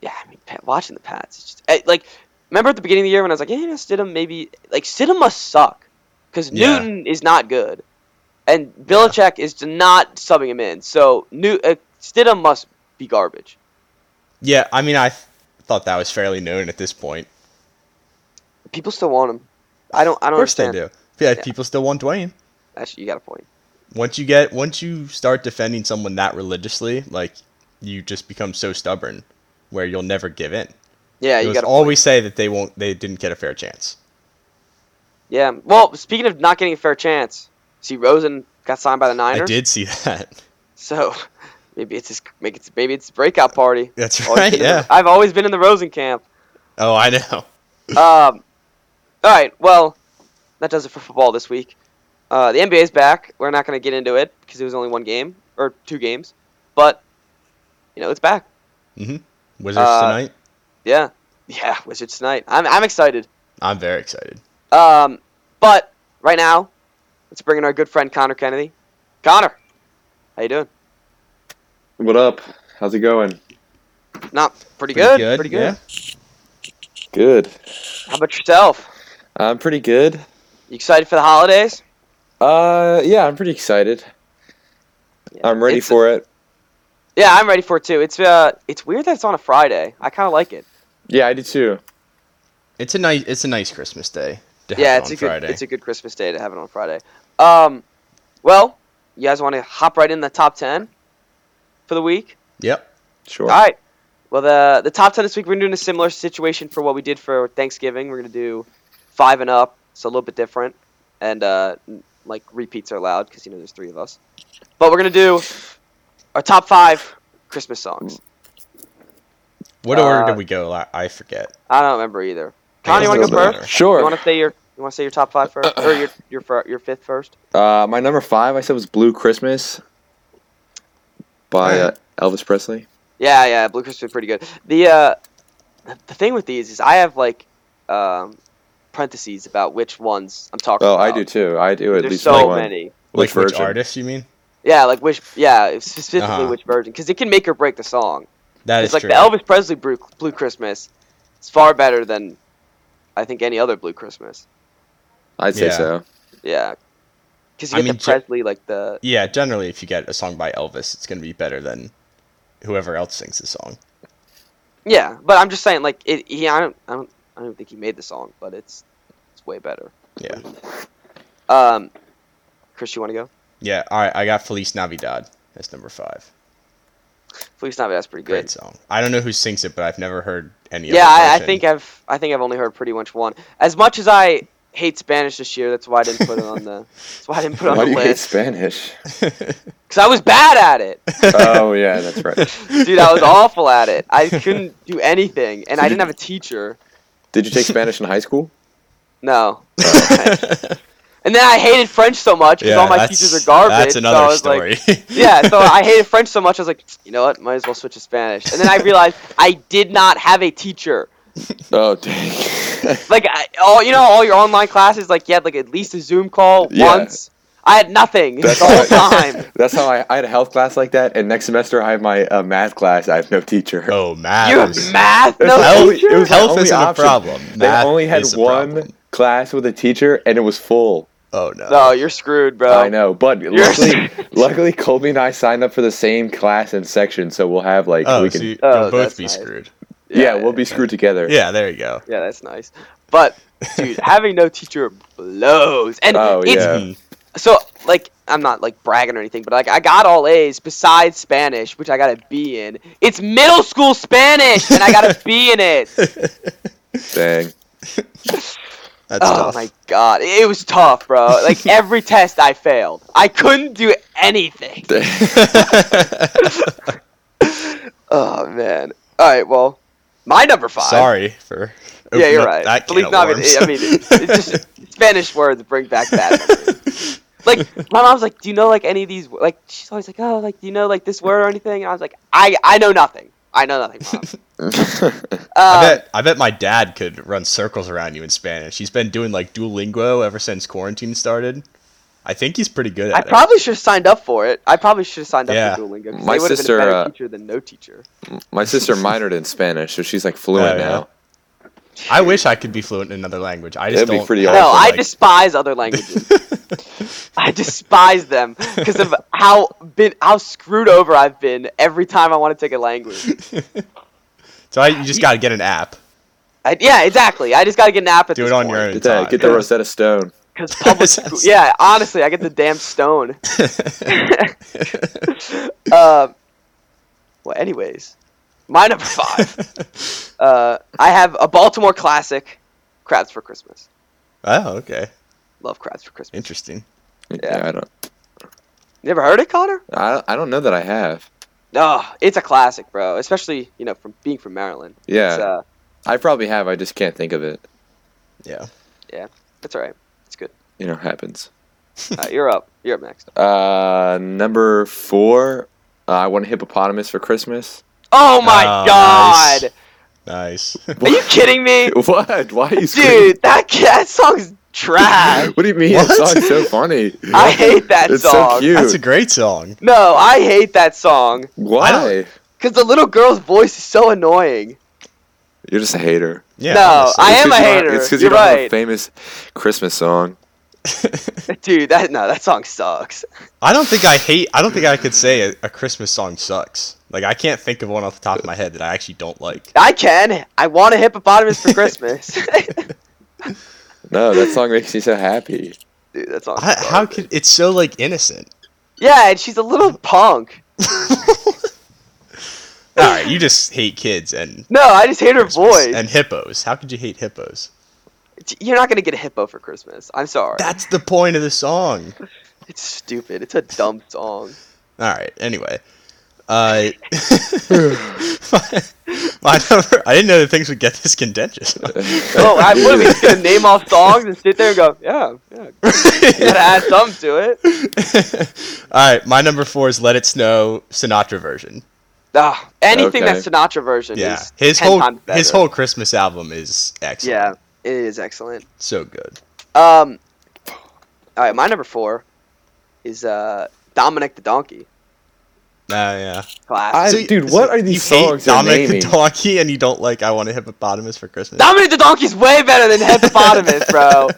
Speaker 1: yeah, I mean, Pat, watching the Pats, it's just, I, like, remember at the beginning of the year when I was like, yeah, you know, Stidham maybe like Stidham must suck because
Speaker 2: Yeah.
Speaker 1: Newton is not good, and Belichick is not subbing him in, so New uh, Stidham must be garbage.
Speaker 2: Yeah, I mean, I th- thought that was fairly known at this point.
Speaker 1: People still want him. I don't. I
Speaker 2: Of
Speaker 1: don't.
Speaker 2: course
Speaker 1: understand.
Speaker 2: they do. Yeah,
Speaker 1: Yeah.
Speaker 2: people still want Dwayne.
Speaker 1: Actually, you got a point.
Speaker 2: Once you get, once you start defending someone that religiously, like you just become so stubborn, where you'll never give in.
Speaker 1: Yeah,
Speaker 2: it
Speaker 1: you
Speaker 2: was
Speaker 1: got. a
Speaker 2: always say that they won't, they didn't get a fair chance.
Speaker 1: Yeah. Well, speaking of not getting a fair chance, see, Rosen got signed by the Niners.
Speaker 2: I did see that.
Speaker 1: So maybe it's his make it's maybe it's his breakout party.
Speaker 2: That's
Speaker 1: Always
Speaker 2: right.
Speaker 1: been in the-
Speaker 2: Yeah.
Speaker 1: I've always been in the Rosen camp.
Speaker 2: Oh, I know.
Speaker 1: Um, all right. Well, that does it for football this week. Uh, the NBA's back. We're not going to get into it because it was only one game or two games, but you know it's back.
Speaker 2: hmm Wizards
Speaker 1: Uh,
Speaker 2: tonight.
Speaker 1: Yeah, yeah. Wizards tonight. I'm I'm excited.
Speaker 2: I'm very excited.
Speaker 1: Um, but right now, let's bring in our good friend Connor Kennedy. Connor, how you doing?
Speaker 3: What up? How's it going?
Speaker 1: Not pretty good. Pretty good.
Speaker 2: Yeah.
Speaker 3: Good.
Speaker 1: How about yourself?
Speaker 3: I'm pretty good.
Speaker 1: You excited for the holidays?
Speaker 3: Uh, yeah, I'm pretty excited. I'm ready
Speaker 1: It's-
Speaker 3: for it.
Speaker 1: Yeah, I'm ready for it too. It's uh, it's weird that it's on a Friday. I kind of like it.
Speaker 3: Yeah, I do too.
Speaker 2: It's a nice, it's a nice Christmas day. To have
Speaker 1: yeah,
Speaker 2: it
Speaker 1: it's
Speaker 2: on
Speaker 1: a
Speaker 2: Friday.
Speaker 1: good, it's a good Christmas day to have it on Friday. Um, well, you guys want to hop right in the top ten for the week?
Speaker 2: Yep.
Speaker 3: Sure.
Speaker 1: All right. Well, the the top ten this week we're doing a similar situation for what we did for Thanksgiving. We're gonna do five and up, so a little bit different, and uh, n- like repeats are allowed because you know there's three of us. But we're gonna do our top five Christmas songs.
Speaker 2: What order
Speaker 1: Uh,
Speaker 2: did we go? la- I forget.
Speaker 1: I don't remember either. Connor, you want to
Speaker 3: Doesn't
Speaker 1: go first?
Speaker 2: matter.
Speaker 3: Sure.
Speaker 1: You want to say your you want to say your top five first, or your your fir- your fifth first?
Speaker 3: uh, my number five I said was Blue Christmas by uh, Elvis Presley.
Speaker 1: Yeah, yeah, Blue Christmas is pretty good. The uh, the thing with these is I have like um, parentheses about which ones I'm talking.
Speaker 3: Oh,
Speaker 1: about.
Speaker 3: I do too. I do at
Speaker 1: There's
Speaker 3: least
Speaker 1: so
Speaker 3: one.
Speaker 1: many.
Speaker 2: Like
Speaker 3: Which
Speaker 2: which
Speaker 3: version?
Speaker 2: artist you mean?
Speaker 1: Yeah, like which yeah specifically
Speaker 2: Uh-huh.
Speaker 1: which version because it can make or break the song.
Speaker 2: That
Speaker 1: it's
Speaker 2: is
Speaker 1: like
Speaker 2: true.
Speaker 1: the Elvis Presley Blue, Blue Christmas. It's far better than I think any other Blue Christmas.
Speaker 3: I'd say
Speaker 2: Yeah.
Speaker 3: so.
Speaker 1: Yeah, because you
Speaker 2: I
Speaker 1: get
Speaker 2: mean,
Speaker 1: the
Speaker 2: ju-
Speaker 1: Presley like the
Speaker 2: Yeah, generally, if you get a song by Elvis, it's going to be better than whoever else sings the song.
Speaker 1: Yeah, but I'm just saying, like, it. He, I don't, I don't, I don't think he made the song, but it's, it's way better.
Speaker 2: Yeah.
Speaker 1: Um, Chris, you want to go?
Speaker 2: Yeah, all right. I got Feliz Navidad as number five.
Speaker 1: Feliz Navidad that's pretty
Speaker 2: Great
Speaker 1: good.
Speaker 2: song. I don't know who sings it, but I've never heard any
Speaker 1: Yeah,
Speaker 2: other
Speaker 1: I, I
Speaker 2: version.
Speaker 1: think I've, I think I've only heard pretty much one. As much as I hate Spanish this year, that's why I didn't put it on the, that's why I didn't put it on
Speaker 3: Why do
Speaker 1: the
Speaker 3: you hate
Speaker 1: list.
Speaker 3: Spanish?
Speaker 1: Because I was bad at it,
Speaker 3: oh yeah, that's right.
Speaker 1: dude. I was awful at it. I couldn't do anything, and I didn't have a teacher.
Speaker 3: Did you take Spanish in high school?
Speaker 1: No. And then I hated French so much because all my
Speaker 2: that's-
Speaker 1: teachers are garbage.
Speaker 2: That's another
Speaker 1: so I was like,
Speaker 2: story.
Speaker 1: yeah, so I hated French so much. I was like, you know what? Might as well switch to Spanish. And then I realized I did not have a teacher.
Speaker 3: Oh dang.
Speaker 1: Like I, all you know, all your online classes, like you had like at least a Zoom call
Speaker 3: Yeah.
Speaker 1: once. I had nothing the
Speaker 3: That's
Speaker 1: whole
Speaker 3: how I-
Speaker 1: time.
Speaker 3: That's how I, I had a health class like that, and next semester I have my uh, math class. I have no teacher.
Speaker 2: Oh,
Speaker 1: You
Speaker 2: math.
Speaker 1: have math?
Speaker 3: Hell-
Speaker 1: No,
Speaker 2: Health,
Speaker 1: teacher?
Speaker 3: it was my
Speaker 2: health
Speaker 3: only
Speaker 2: isn't a
Speaker 3: option.
Speaker 2: problem.
Speaker 3: They
Speaker 2: Math
Speaker 3: only had
Speaker 2: is a
Speaker 3: one
Speaker 2: problem.
Speaker 3: class with a teacher, and it was full.
Speaker 2: Oh no.
Speaker 1: no, you're screwed, bro.
Speaker 3: I know, but luckily, luckily Colby and I signed up for the same class and section, so we'll have like
Speaker 2: Oh,
Speaker 3: we
Speaker 2: so
Speaker 3: can.
Speaker 2: you,
Speaker 1: Oh,
Speaker 2: will both
Speaker 1: that's
Speaker 2: be
Speaker 1: nice.
Speaker 2: screwed.
Speaker 3: yeah, we'll be screwed together.
Speaker 2: Yeah, there you go.
Speaker 1: Yeah, that's nice. But dude, having no teacher blows. And
Speaker 3: Oh,
Speaker 1: it's
Speaker 3: yeah.
Speaker 2: Mhm.
Speaker 1: so like I'm not like bragging or anything, but like I got all A's besides Spanish, which I got a B in. It's middle school Spanish and I got a B in it.
Speaker 3: Dang.
Speaker 2: That's
Speaker 1: oh
Speaker 2: tough.
Speaker 1: my god. It was tough, bro. Like every test I failed. I couldn't do anything. Oh man. All right, well, my number 5.
Speaker 2: Sorry for.
Speaker 1: Yeah,
Speaker 2: opening
Speaker 1: you're
Speaker 2: up
Speaker 1: right.
Speaker 2: That can
Speaker 1: Believe
Speaker 2: of
Speaker 1: not, I mean,
Speaker 2: worms.
Speaker 1: I mean, it's just Spanish words bring back bad memories. Like my mom's like, do you know like any of these? wo-" Like she's always like, oh, like do you know like this word or anything? And I was like, I I know nothing. I know nothing. Mom.
Speaker 2: I
Speaker 1: Uh,
Speaker 2: bet I bet my dad could run circles around you in Spanish. He's been doing like Duolingo ever since quarantine started. I think he's pretty good at
Speaker 1: I
Speaker 2: it.
Speaker 1: probably should have signed up for it. I probably should have signed up
Speaker 2: Yeah.
Speaker 1: for Duolingo. 'cause
Speaker 3: My
Speaker 1: they would have
Speaker 3: sister,
Speaker 1: been a better
Speaker 3: uh,
Speaker 1: teacher than no teacher.
Speaker 3: My sister minored in Spanish, so she's like fluent
Speaker 2: Oh, yeah.
Speaker 3: now.
Speaker 2: I wish I could be fluent in another language. I just
Speaker 3: That'd be
Speaker 2: don't
Speaker 3: pretty
Speaker 2: have
Speaker 3: also,
Speaker 1: No,
Speaker 2: the,
Speaker 1: I
Speaker 2: like-
Speaker 1: despise other languages. I despise them because of how been how screwed over I've been every time I want to take a language.
Speaker 2: So I, you just got to get an app.
Speaker 1: I, yeah, exactly. I just gotta get an app at
Speaker 2: Do
Speaker 1: this
Speaker 2: it on
Speaker 1: point.
Speaker 2: your own.
Speaker 3: Get that,
Speaker 2: time.
Speaker 3: get the Rosetta Stone.
Speaker 1: Because public school,
Speaker 2: That's-
Speaker 1: yeah, honestly, I get the damn stone. um, well, anyways, my number five. Uh, I have a Baltimore classic, Crabs for Christmas.
Speaker 2: Oh, okay.
Speaker 1: Love Crabs for Christmas.
Speaker 2: Interesting.
Speaker 3: Yeah,
Speaker 1: Yeah.
Speaker 3: I don't.
Speaker 1: You ever heard it, Connor?
Speaker 3: I don't, I don't know that I have.
Speaker 1: No, it's a classic, bro. Especially you know from being from Maryland.
Speaker 3: Yeah,
Speaker 1: It's, uh,
Speaker 3: I probably have. I just can't think of it.
Speaker 2: Yeah.
Speaker 1: it's all right. It's good.
Speaker 3: You know, happens.
Speaker 1: Uh, you're up. You're up next.
Speaker 3: Uh, number four. Uh, I want a hippopotamus for Christmas.
Speaker 1: Oh my
Speaker 2: Nice.
Speaker 1: god!
Speaker 2: Nice.
Speaker 1: Are you kidding me,
Speaker 3: What? Why are you screaming?
Speaker 1: dude? That that song's trash.
Speaker 3: what do you mean?
Speaker 2: What?
Speaker 3: That song's so funny.
Speaker 1: I hate that
Speaker 3: it's
Speaker 1: song.
Speaker 3: so cute.
Speaker 2: That's a great song.
Speaker 1: No, I hate that song
Speaker 2: I
Speaker 3: Why?
Speaker 2: don't-
Speaker 1: because the little girl's voice is so annoying.
Speaker 3: You're just a hater.
Speaker 2: Yeah.
Speaker 1: No, I
Speaker 3: It's
Speaker 1: am
Speaker 3: 'cause
Speaker 1: a
Speaker 3: you don't-
Speaker 1: hater.
Speaker 3: It's because you
Speaker 1: You're
Speaker 3: don't have a
Speaker 1: right.
Speaker 3: famous Christmas song.
Speaker 1: Dude, that no, that song sucks.
Speaker 2: I don't think I hate. I don't think I could say a, a Christmas song sucks. Like I can't think of one off the top of my head that I actually don't like.
Speaker 1: I can. I want a hippopotamus for Christmas.
Speaker 3: No, that song makes me so happy.
Speaker 1: Dude, that song.
Speaker 2: I,
Speaker 1: sucks.
Speaker 2: how could it's so like innocent?
Speaker 1: Yeah, and she's a little punk.
Speaker 2: All right, you just hate kids and
Speaker 1: No, I just hate her voice.
Speaker 2: and hippos. How could you hate hippos?
Speaker 1: You're not gonna get a hippo for Christmas. I'm sorry.
Speaker 2: That's the point of the song.
Speaker 1: It's stupid. It's a dumb song.
Speaker 2: All right. Anyway, uh, my, my number. I didn't know that things would get this contentious.
Speaker 1: Oh, I what are we just gonna name off songs and sit there and go, yeah, yeah. Gotta add something to it.
Speaker 2: All right, my number four is "Let It Snow" Sinatra version.
Speaker 1: Ah, anything
Speaker 3: Okay.
Speaker 1: that's Sinatra version
Speaker 2: Yeah,
Speaker 1: is
Speaker 2: his
Speaker 1: 10
Speaker 2: whole
Speaker 1: times better.
Speaker 2: his whole Christmas album is excellent.
Speaker 1: Yeah, it is excellent.
Speaker 2: so good.
Speaker 1: Um, all right, my number four is uh Dominic the Donkey.
Speaker 2: Uh, yeah.
Speaker 1: Class.
Speaker 3: I- dude, what are these
Speaker 2: you hate
Speaker 3: songs you're
Speaker 2: Dominic the
Speaker 3: naming?
Speaker 2: Donkey, and you don't like "I Want a Hippopotamus for Christmas."
Speaker 1: Dominic the Donkey's way better than Hippopotamus, bro.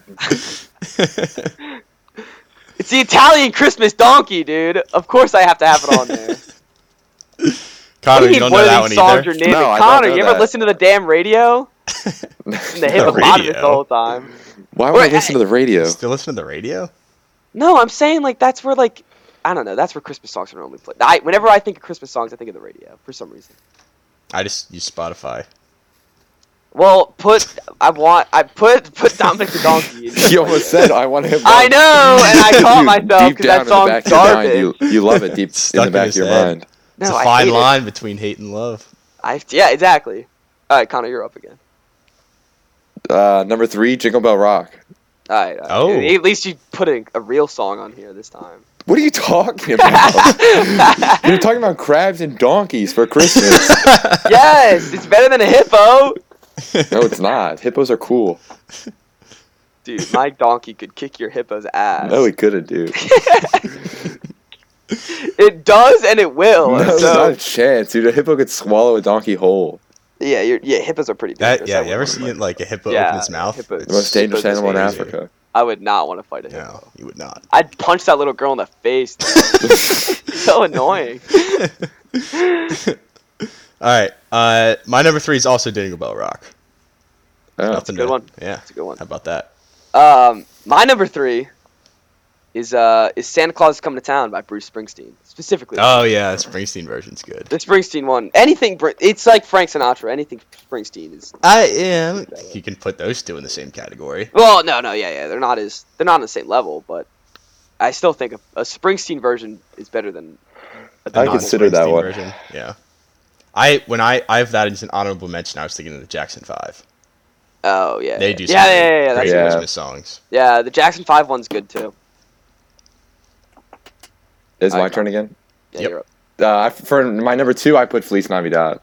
Speaker 1: It's the Italian Christmas donkey, dude. Of course, I have to have it on there.
Speaker 2: Connor,
Speaker 1: need
Speaker 2: you don't
Speaker 1: one
Speaker 2: know
Speaker 1: of
Speaker 2: that
Speaker 1: these
Speaker 2: one
Speaker 1: songs
Speaker 2: either.
Speaker 1: You're naming.
Speaker 3: No, I don't
Speaker 1: Connor,
Speaker 3: know
Speaker 1: you ever
Speaker 3: that.
Speaker 1: listen to the damn radio? Listen to Hippopotamus the
Speaker 2: radio.
Speaker 1: whole time.
Speaker 3: Why would I
Speaker 1: Wait,
Speaker 3: listen to the radio?
Speaker 2: You still listen to the radio?
Speaker 1: No, I'm saying like that's where like I don't know. That's where Christmas songs are normally played. I whenever I think of Christmas songs, I think of the radio for some reason.
Speaker 2: I just use Spotify.
Speaker 1: Well, put I want I put put Dominic the donkey. In
Speaker 3: You almost said I want him.
Speaker 1: I know, and I caught myself because that song's
Speaker 3: back of your mind,
Speaker 1: garbage.
Speaker 3: you, you love it deep in
Speaker 2: Stuck
Speaker 3: the
Speaker 2: in
Speaker 3: back of
Speaker 2: his
Speaker 3: your
Speaker 2: head.
Speaker 3: mind.
Speaker 1: no,
Speaker 2: it's a
Speaker 1: I
Speaker 2: fine
Speaker 1: hate it.
Speaker 2: line between hate and love.
Speaker 1: I, yeah, exactly. All right, Connor, you're up again.
Speaker 3: Uh, number three, Jingle Bell Rock.
Speaker 1: All right. all
Speaker 2: Oh.
Speaker 1: right. At least you put a, a real song on here this time.
Speaker 3: What are you talking about? You're talking about crabs and donkeys for Christmas.
Speaker 1: yes, it's better than a hippo.
Speaker 3: No, it's not. Hippos are cool.
Speaker 1: Dude, my donkey could kick your hippo's ass.
Speaker 3: No, it couldn't, dude.
Speaker 1: It does and it will.
Speaker 3: No, there's
Speaker 1: so-
Speaker 3: not a chance, dude. A hippo could swallow a donkey whole.
Speaker 1: yeah, you're, yeah, hippos are pretty dangerous.
Speaker 2: That yeah,
Speaker 1: I
Speaker 2: you ever
Speaker 1: wouldn't
Speaker 2: seen
Speaker 1: wanna
Speaker 2: like a hippo
Speaker 1: Yeah,
Speaker 2: open its mouth?
Speaker 1: hippo-
Speaker 3: The most dangerous
Speaker 1: Hippos
Speaker 3: animal in
Speaker 1: is
Speaker 3: Africa.
Speaker 1: fight- I would not want to fight a hippo.
Speaker 2: No, you would not.
Speaker 1: I'd punch that little girl in the face. so annoying.
Speaker 2: All right, uh, my number three is also Dingle Bell Rock.
Speaker 3: Oh.
Speaker 2: Nothing
Speaker 1: good
Speaker 2: to-
Speaker 1: one.
Speaker 2: Yeah,
Speaker 1: That's a good one.
Speaker 2: How about that?
Speaker 1: Um, my number three is uh is Santa Claus is Coming to Town by Bruce Springsteen specifically.
Speaker 2: Oh yeah, the Springsteen version's good.
Speaker 1: the Springsteen one, anything Br- it's like Frank Sinatra. Anything Springsteen is.
Speaker 2: I yeah, I don't think you can put those two in the same category.
Speaker 1: Well, no, no, yeah, yeah, they're not as they're not on the same level, but I still think a, a Springsteen version is better than.
Speaker 2: The
Speaker 3: I consider that
Speaker 2: non-Springsteen
Speaker 3: one.
Speaker 2: Version. Yeah, I when I I have that as an honorable mention. I was thinking of the Jackson Five.
Speaker 1: Oh yeah,
Speaker 2: They
Speaker 1: yeah.
Speaker 2: do some
Speaker 1: Yeah, yeah, yeah, yeah,
Speaker 2: great
Speaker 1: that's,
Speaker 3: Yeah.
Speaker 2: Christmas songs.
Speaker 1: yeah. The Jackson Five one's good too.
Speaker 3: Is my
Speaker 1: Alright.
Speaker 3: turn again?
Speaker 1: Yeah,
Speaker 2: Yep.
Speaker 1: you're up.
Speaker 3: Uh, I, for my number two, I put Feliz Navidad.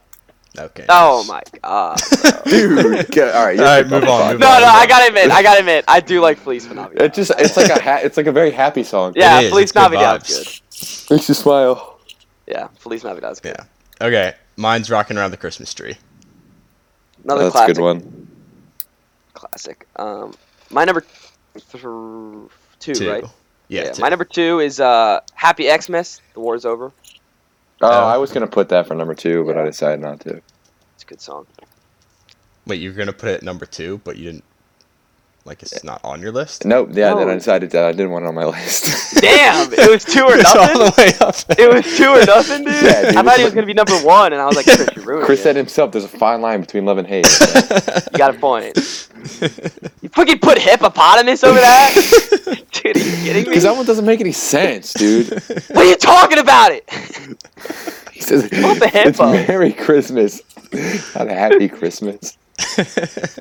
Speaker 2: Okay.
Speaker 1: Oh my god. bro.
Speaker 3: Dude, get, all right, you're
Speaker 2: All right,
Speaker 3: good.
Speaker 2: move on, move
Speaker 1: no, no, I gotta admit, I gotta admit, I do like Fleece Phenomenon.
Speaker 3: It just it's like a ha- it's like a very happy song.
Speaker 1: Yeah,
Speaker 2: It is,
Speaker 1: Feliz
Speaker 2: it's good
Speaker 1: Navidad's
Speaker 2: vibes.
Speaker 3: makes you smile.
Speaker 1: Yeah, Feliz Navidad's good.
Speaker 2: Yeah. Okay, mine's rocking around the Christmas tree.
Speaker 1: Another
Speaker 3: That's
Speaker 1: classic.
Speaker 3: a good one.
Speaker 1: Classic. Um, my number th- two,
Speaker 2: Two.
Speaker 1: right?
Speaker 2: Yeah. two.
Speaker 1: My number two is uh, Happy Xmas. The war's over.
Speaker 2: Yeah.
Speaker 3: Oh, I was gonna put that for number two, but I decided not to.
Speaker 1: It's a good song.
Speaker 2: Wait, you're gonna put it at number two, but you didn't. Like it's not on your list.
Speaker 3: Nope. Yeah, then
Speaker 1: No.
Speaker 3: I decided that I didn't want it on my list.
Speaker 1: Damn, it was two or
Speaker 2: It's all
Speaker 1: nothing.
Speaker 2: the way up.
Speaker 1: It was two or nothing, dude.
Speaker 3: Yeah, dude,
Speaker 1: I thought he
Speaker 3: it's-
Speaker 1: was gonna be number one, and I was like, Chris, you're ruining
Speaker 3: Chris
Speaker 1: it.
Speaker 3: said himself, "There's a fine line between love and hate."
Speaker 1: you got a point. You fucking put hippopotamus over that, dude? Are you kidding me?
Speaker 3: Because that one doesn't make any sense, dude.
Speaker 1: What are you talking about? It.
Speaker 3: He says,
Speaker 1: the hell
Speaker 3: "It's
Speaker 1: up."
Speaker 3: Merry Christmas, not a Happy Christmas."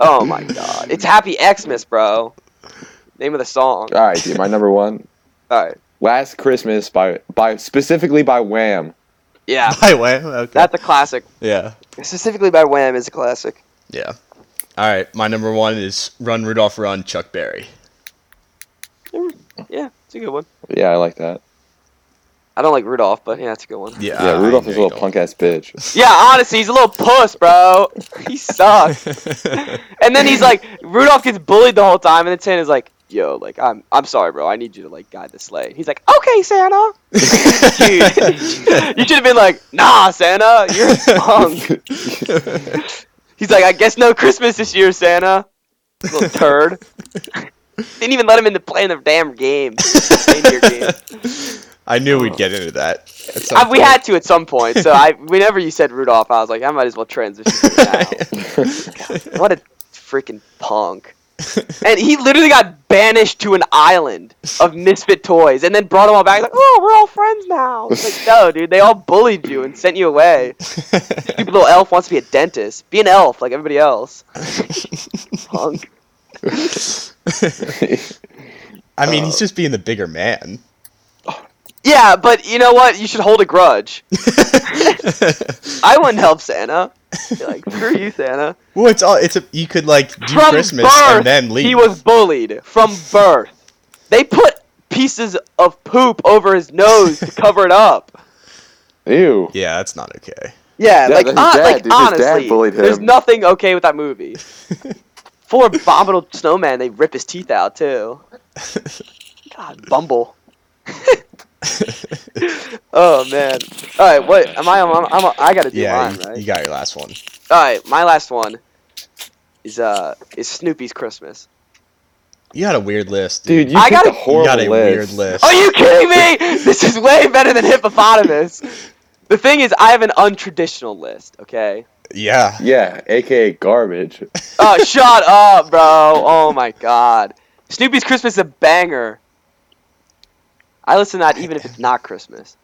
Speaker 1: Oh my god. It's Happy Xmas, bro. Name of the song.
Speaker 3: All right, dude. My number one,
Speaker 1: Alright.
Speaker 3: "Last Christmas" by by specifically by Wham.
Speaker 1: Yeah.
Speaker 2: By way, okay.
Speaker 1: That's a classic.
Speaker 2: yeah,
Speaker 1: Specifically by Wham is a classic.
Speaker 2: yeah. All right, my number one is Run Rudolph Run, Chuck Berry.
Speaker 1: Yeah, it's a good one.
Speaker 3: Yeah, I like that.
Speaker 1: I don't like Rudolph, but yeah, it's a good one.
Speaker 2: Yeah,
Speaker 3: Yeah,
Speaker 2: I
Speaker 3: Rudolph
Speaker 2: know
Speaker 3: is a
Speaker 2: you
Speaker 3: little punk ass bitch.
Speaker 1: Yeah, honestly, he's a little puss, bro. He sucks.
Speaker 2: don't.
Speaker 1: And then he's like, Rudolph gets bullied the whole time, and then Santa's like, Yo, like I'm, I'm sorry, bro. I need you to like guide the sleigh. He's like, okay, Santa. Dude, you should have been like, nah, Santa, you're a punk. He's like, I guess no Christmas this year, Santa. Little turd. Didn't even let him in the play in the damn game. Reindeer game.
Speaker 2: I knew we'd get into that. at some
Speaker 1: I, Oh. Uh, we
Speaker 2: point.
Speaker 1: had to at some point. So I, whenever you said Rudolph, I was like, I might as well transition. to it now. what a freaking punk! And he literally got banished to an island of misfit toys, and then brought them all back. Like, oh, we're all friends now. It's like, no, dude, they all bullied you and sent you away. Stupid little elf wants to be a dentist. Be an elf like everybody else. punk.
Speaker 2: I mean,
Speaker 1: Oh.
Speaker 2: he's just being the bigger man.
Speaker 1: Yeah, but you know what? You should hold a grudge. I wouldn't help Santa. Be like, screw you, Santa.
Speaker 2: well, it's all. It's a. You could like do
Speaker 1: from
Speaker 2: Christmas
Speaker 1: birth,
Speaker 2: and then leave.
Speaker 1: He was bullied from birth. They put pieces of poop over his nose to cover it up.
Speaker 3: Ew.
Speaker 2: Yeah, that's not okay.
Speaker 1: Yeah,
Speaker 3: Yeah,
Speaker 1: like,
Speaker 3: his
Speaker 1: hon-
Speaker 3: dad,
Speaker 1: like
Speaker 3: dude, his dad
Speaker 1: honestly,
Speaker 3: bullied him.
Speaker 1: there's nothing okay with that movie. Poor abominable snowman, they rip his teeth out too. God, Bumble. oh man! All right, what am I? I'm, I'm, I gotta do
Speaker 2: Yeah,
Speaker 1: mine,
Speaker 2: you,
Speaker 1: right?
Speaker 2: you got your last one.
Speaker 1: All right, my last one is uh is Snoopy's Christmas.
Speaker 2: You had a weird list, dude.
Speaker 3: Dude, you
Speaker 1: I
Speaker 3: picked
Speaker 1: gotta-
Speaker 3: a horrible
Speaker 2: you got a
Speaker 3: list.
Speaker 2: weird list.
Speaker 1: Are you kidding me? This is way better than hippopotamus. The thing is, I have an untraditional list. Okay.
Speaker 2: Yeah.
Speaker 3: Yeah, aka garbage.
Speaker 1: Oh, shut up, bro. Oh my God. Snoopy's Christmas is a banger. I listen to that even if it's not Christmas.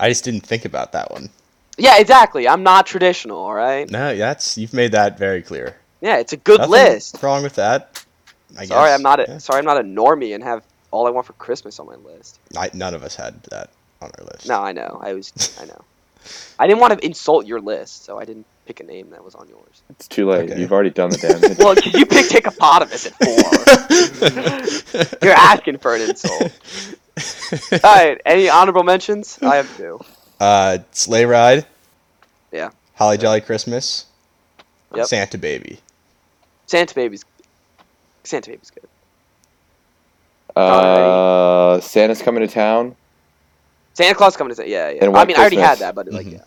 Speaker 2: I just didn't think about that one.
Speaker 1: Yeah, exactly. I'm not traditional. All right.
Speaker 2: No, that's you've made that very clear.
Speaker 1: Yeah, it's a good
Speaker 2: Nothing
Speaker 1: list.
Speaker 2: Wrong with that? I
Speaker 1: Sorry,
Speaker 2: guess.
Speaker 1: I'm not a
Speaker 2: Yeah.
Speaker 1: sorry I'm not a normie and have all I want for Christmas on my list.
Speaker 2: I, none of us had that on our list.
Speaker 1: No, I know. I was I know. I didn't want to insult your list, so I didn't pick a name that was on yours.
Speaker 3: It's too late.
Speaker 2: Okay.
Speaker 3: You've already done the damage. Uh,
Speaker 1: Well, 'cause you picked Hippopotamus at four. You're asking for an insult. All right. Any honorable mentions? I have two.
Speaker 2: Uh, Sleigh Ride.
Speaker 1: Yeah.
Speaker 2: Holly Jolly Christmas.
Speaker 1: Yep.
Speaker 2: Santa Baby.
Speaker 1: Santa Baby's. Santa Baby's good.
Speaker 3: uh, Santa's coming to town.
Speaker 1: Santa Claus coming to say, yeah, yeah. I
Speaker 3: And
Speaker 1: mean,
Speaker 3: White
Speaker 1: I already
Speaker 3: Christmas. Mm-hmm.
Speaker 1: had that, but like,
Speaker 2: Mhm.
Speaker 1: yeah.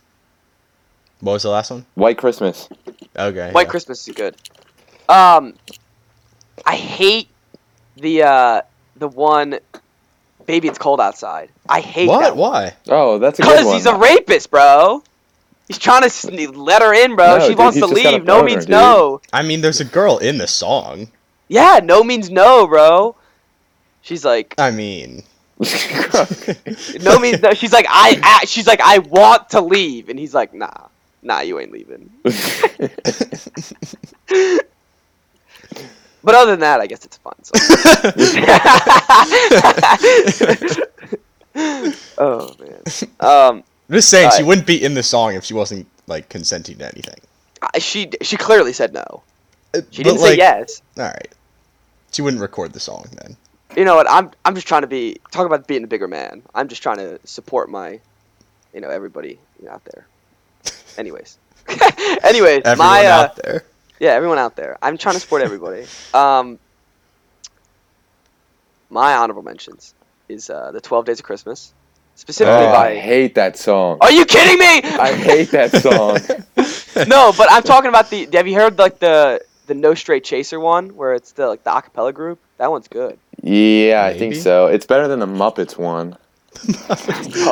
Speaker 2: What was the last one?
Speaker 3: White Christmas.
Speaker 2: Okay.
Speaker 1: White
Speaker 2: yeah.
Speaker 1: Christmas is good. Um, I hate the uh the one. Baby, it's cold outside. I hate
Speaker 2: What?
Speaker 1: that. one.
Speaker 2: Why?
Speaker 3: Oh, that's a good
Speaker 1: Because
Speaker 3: one.
Speaker 1: he's a rapist, bro. He's trying to sne- let her in, bro.
Speaker 3: No,
Speaker 1: she
Speaker 3: dude,
Speaker 1: wants
Speaker 3: he's
Speaker 1: to
Speaker 3: just got a
Speaker 1: leave. No
Speaker 3: boner,
Speaker 1: means
Speaker 3: dude.
Speaker 1: no.
Speaker 2: I mean, there's a girl in the song.
Speaker 1: Yeah, no means no, bro. She's like,
Speaker 2: I mean,
Speaker 1: no means no. She's like, I. I she's like, I want to leave, and he's like, Nah, nah, you ain't leaving. But other than that, I guess it's fun. So. oh man. Um,
Speaker 2: I'm just saying she
Speaker 1: Alright.
Speaker 2: wouldn't be in the song if she wasn't like consenting to anything.
Speaker 1: I- she she clearly said no.
Speaker 2: Uh,
Speaker 1: She
Speaker 2: but,
Speaker 1: didn't say
Speaker 2: like,
Speaker 1: yes.
Speaker 2: All right. She wouldn't record the song then.
Speaker 1: You know what? I'm I'm just trying to be talk about being a bigger man. I'm just trying to support my, you know, everybody out there. Anyways. Anyways,
Speaker 2: Everyone
Speaker 1: my uh,
Speaker 2: out there.
Speaker 1: yeah, everyone out there. I'm trying to support everybody. um, my honorable mentions is uh, the Twelve Days of Christmas, specifically
Speaker 2: Ah.
Speaker 3: oh, I
Speaker 1: by.
Speaker 3: hate that song.
Speaker 1: Are you kidding me?
Speaker 3: I hate that song.
Speaker 1: no, but I'm talking about the. Have you heard like the the No Straight Chaser one, where it's the like the acapella group? That one's good.
Speaker 3: Yeah, I think
Speaker 2: Maybe.
Speaker 3: so. It's better than the Muppets one.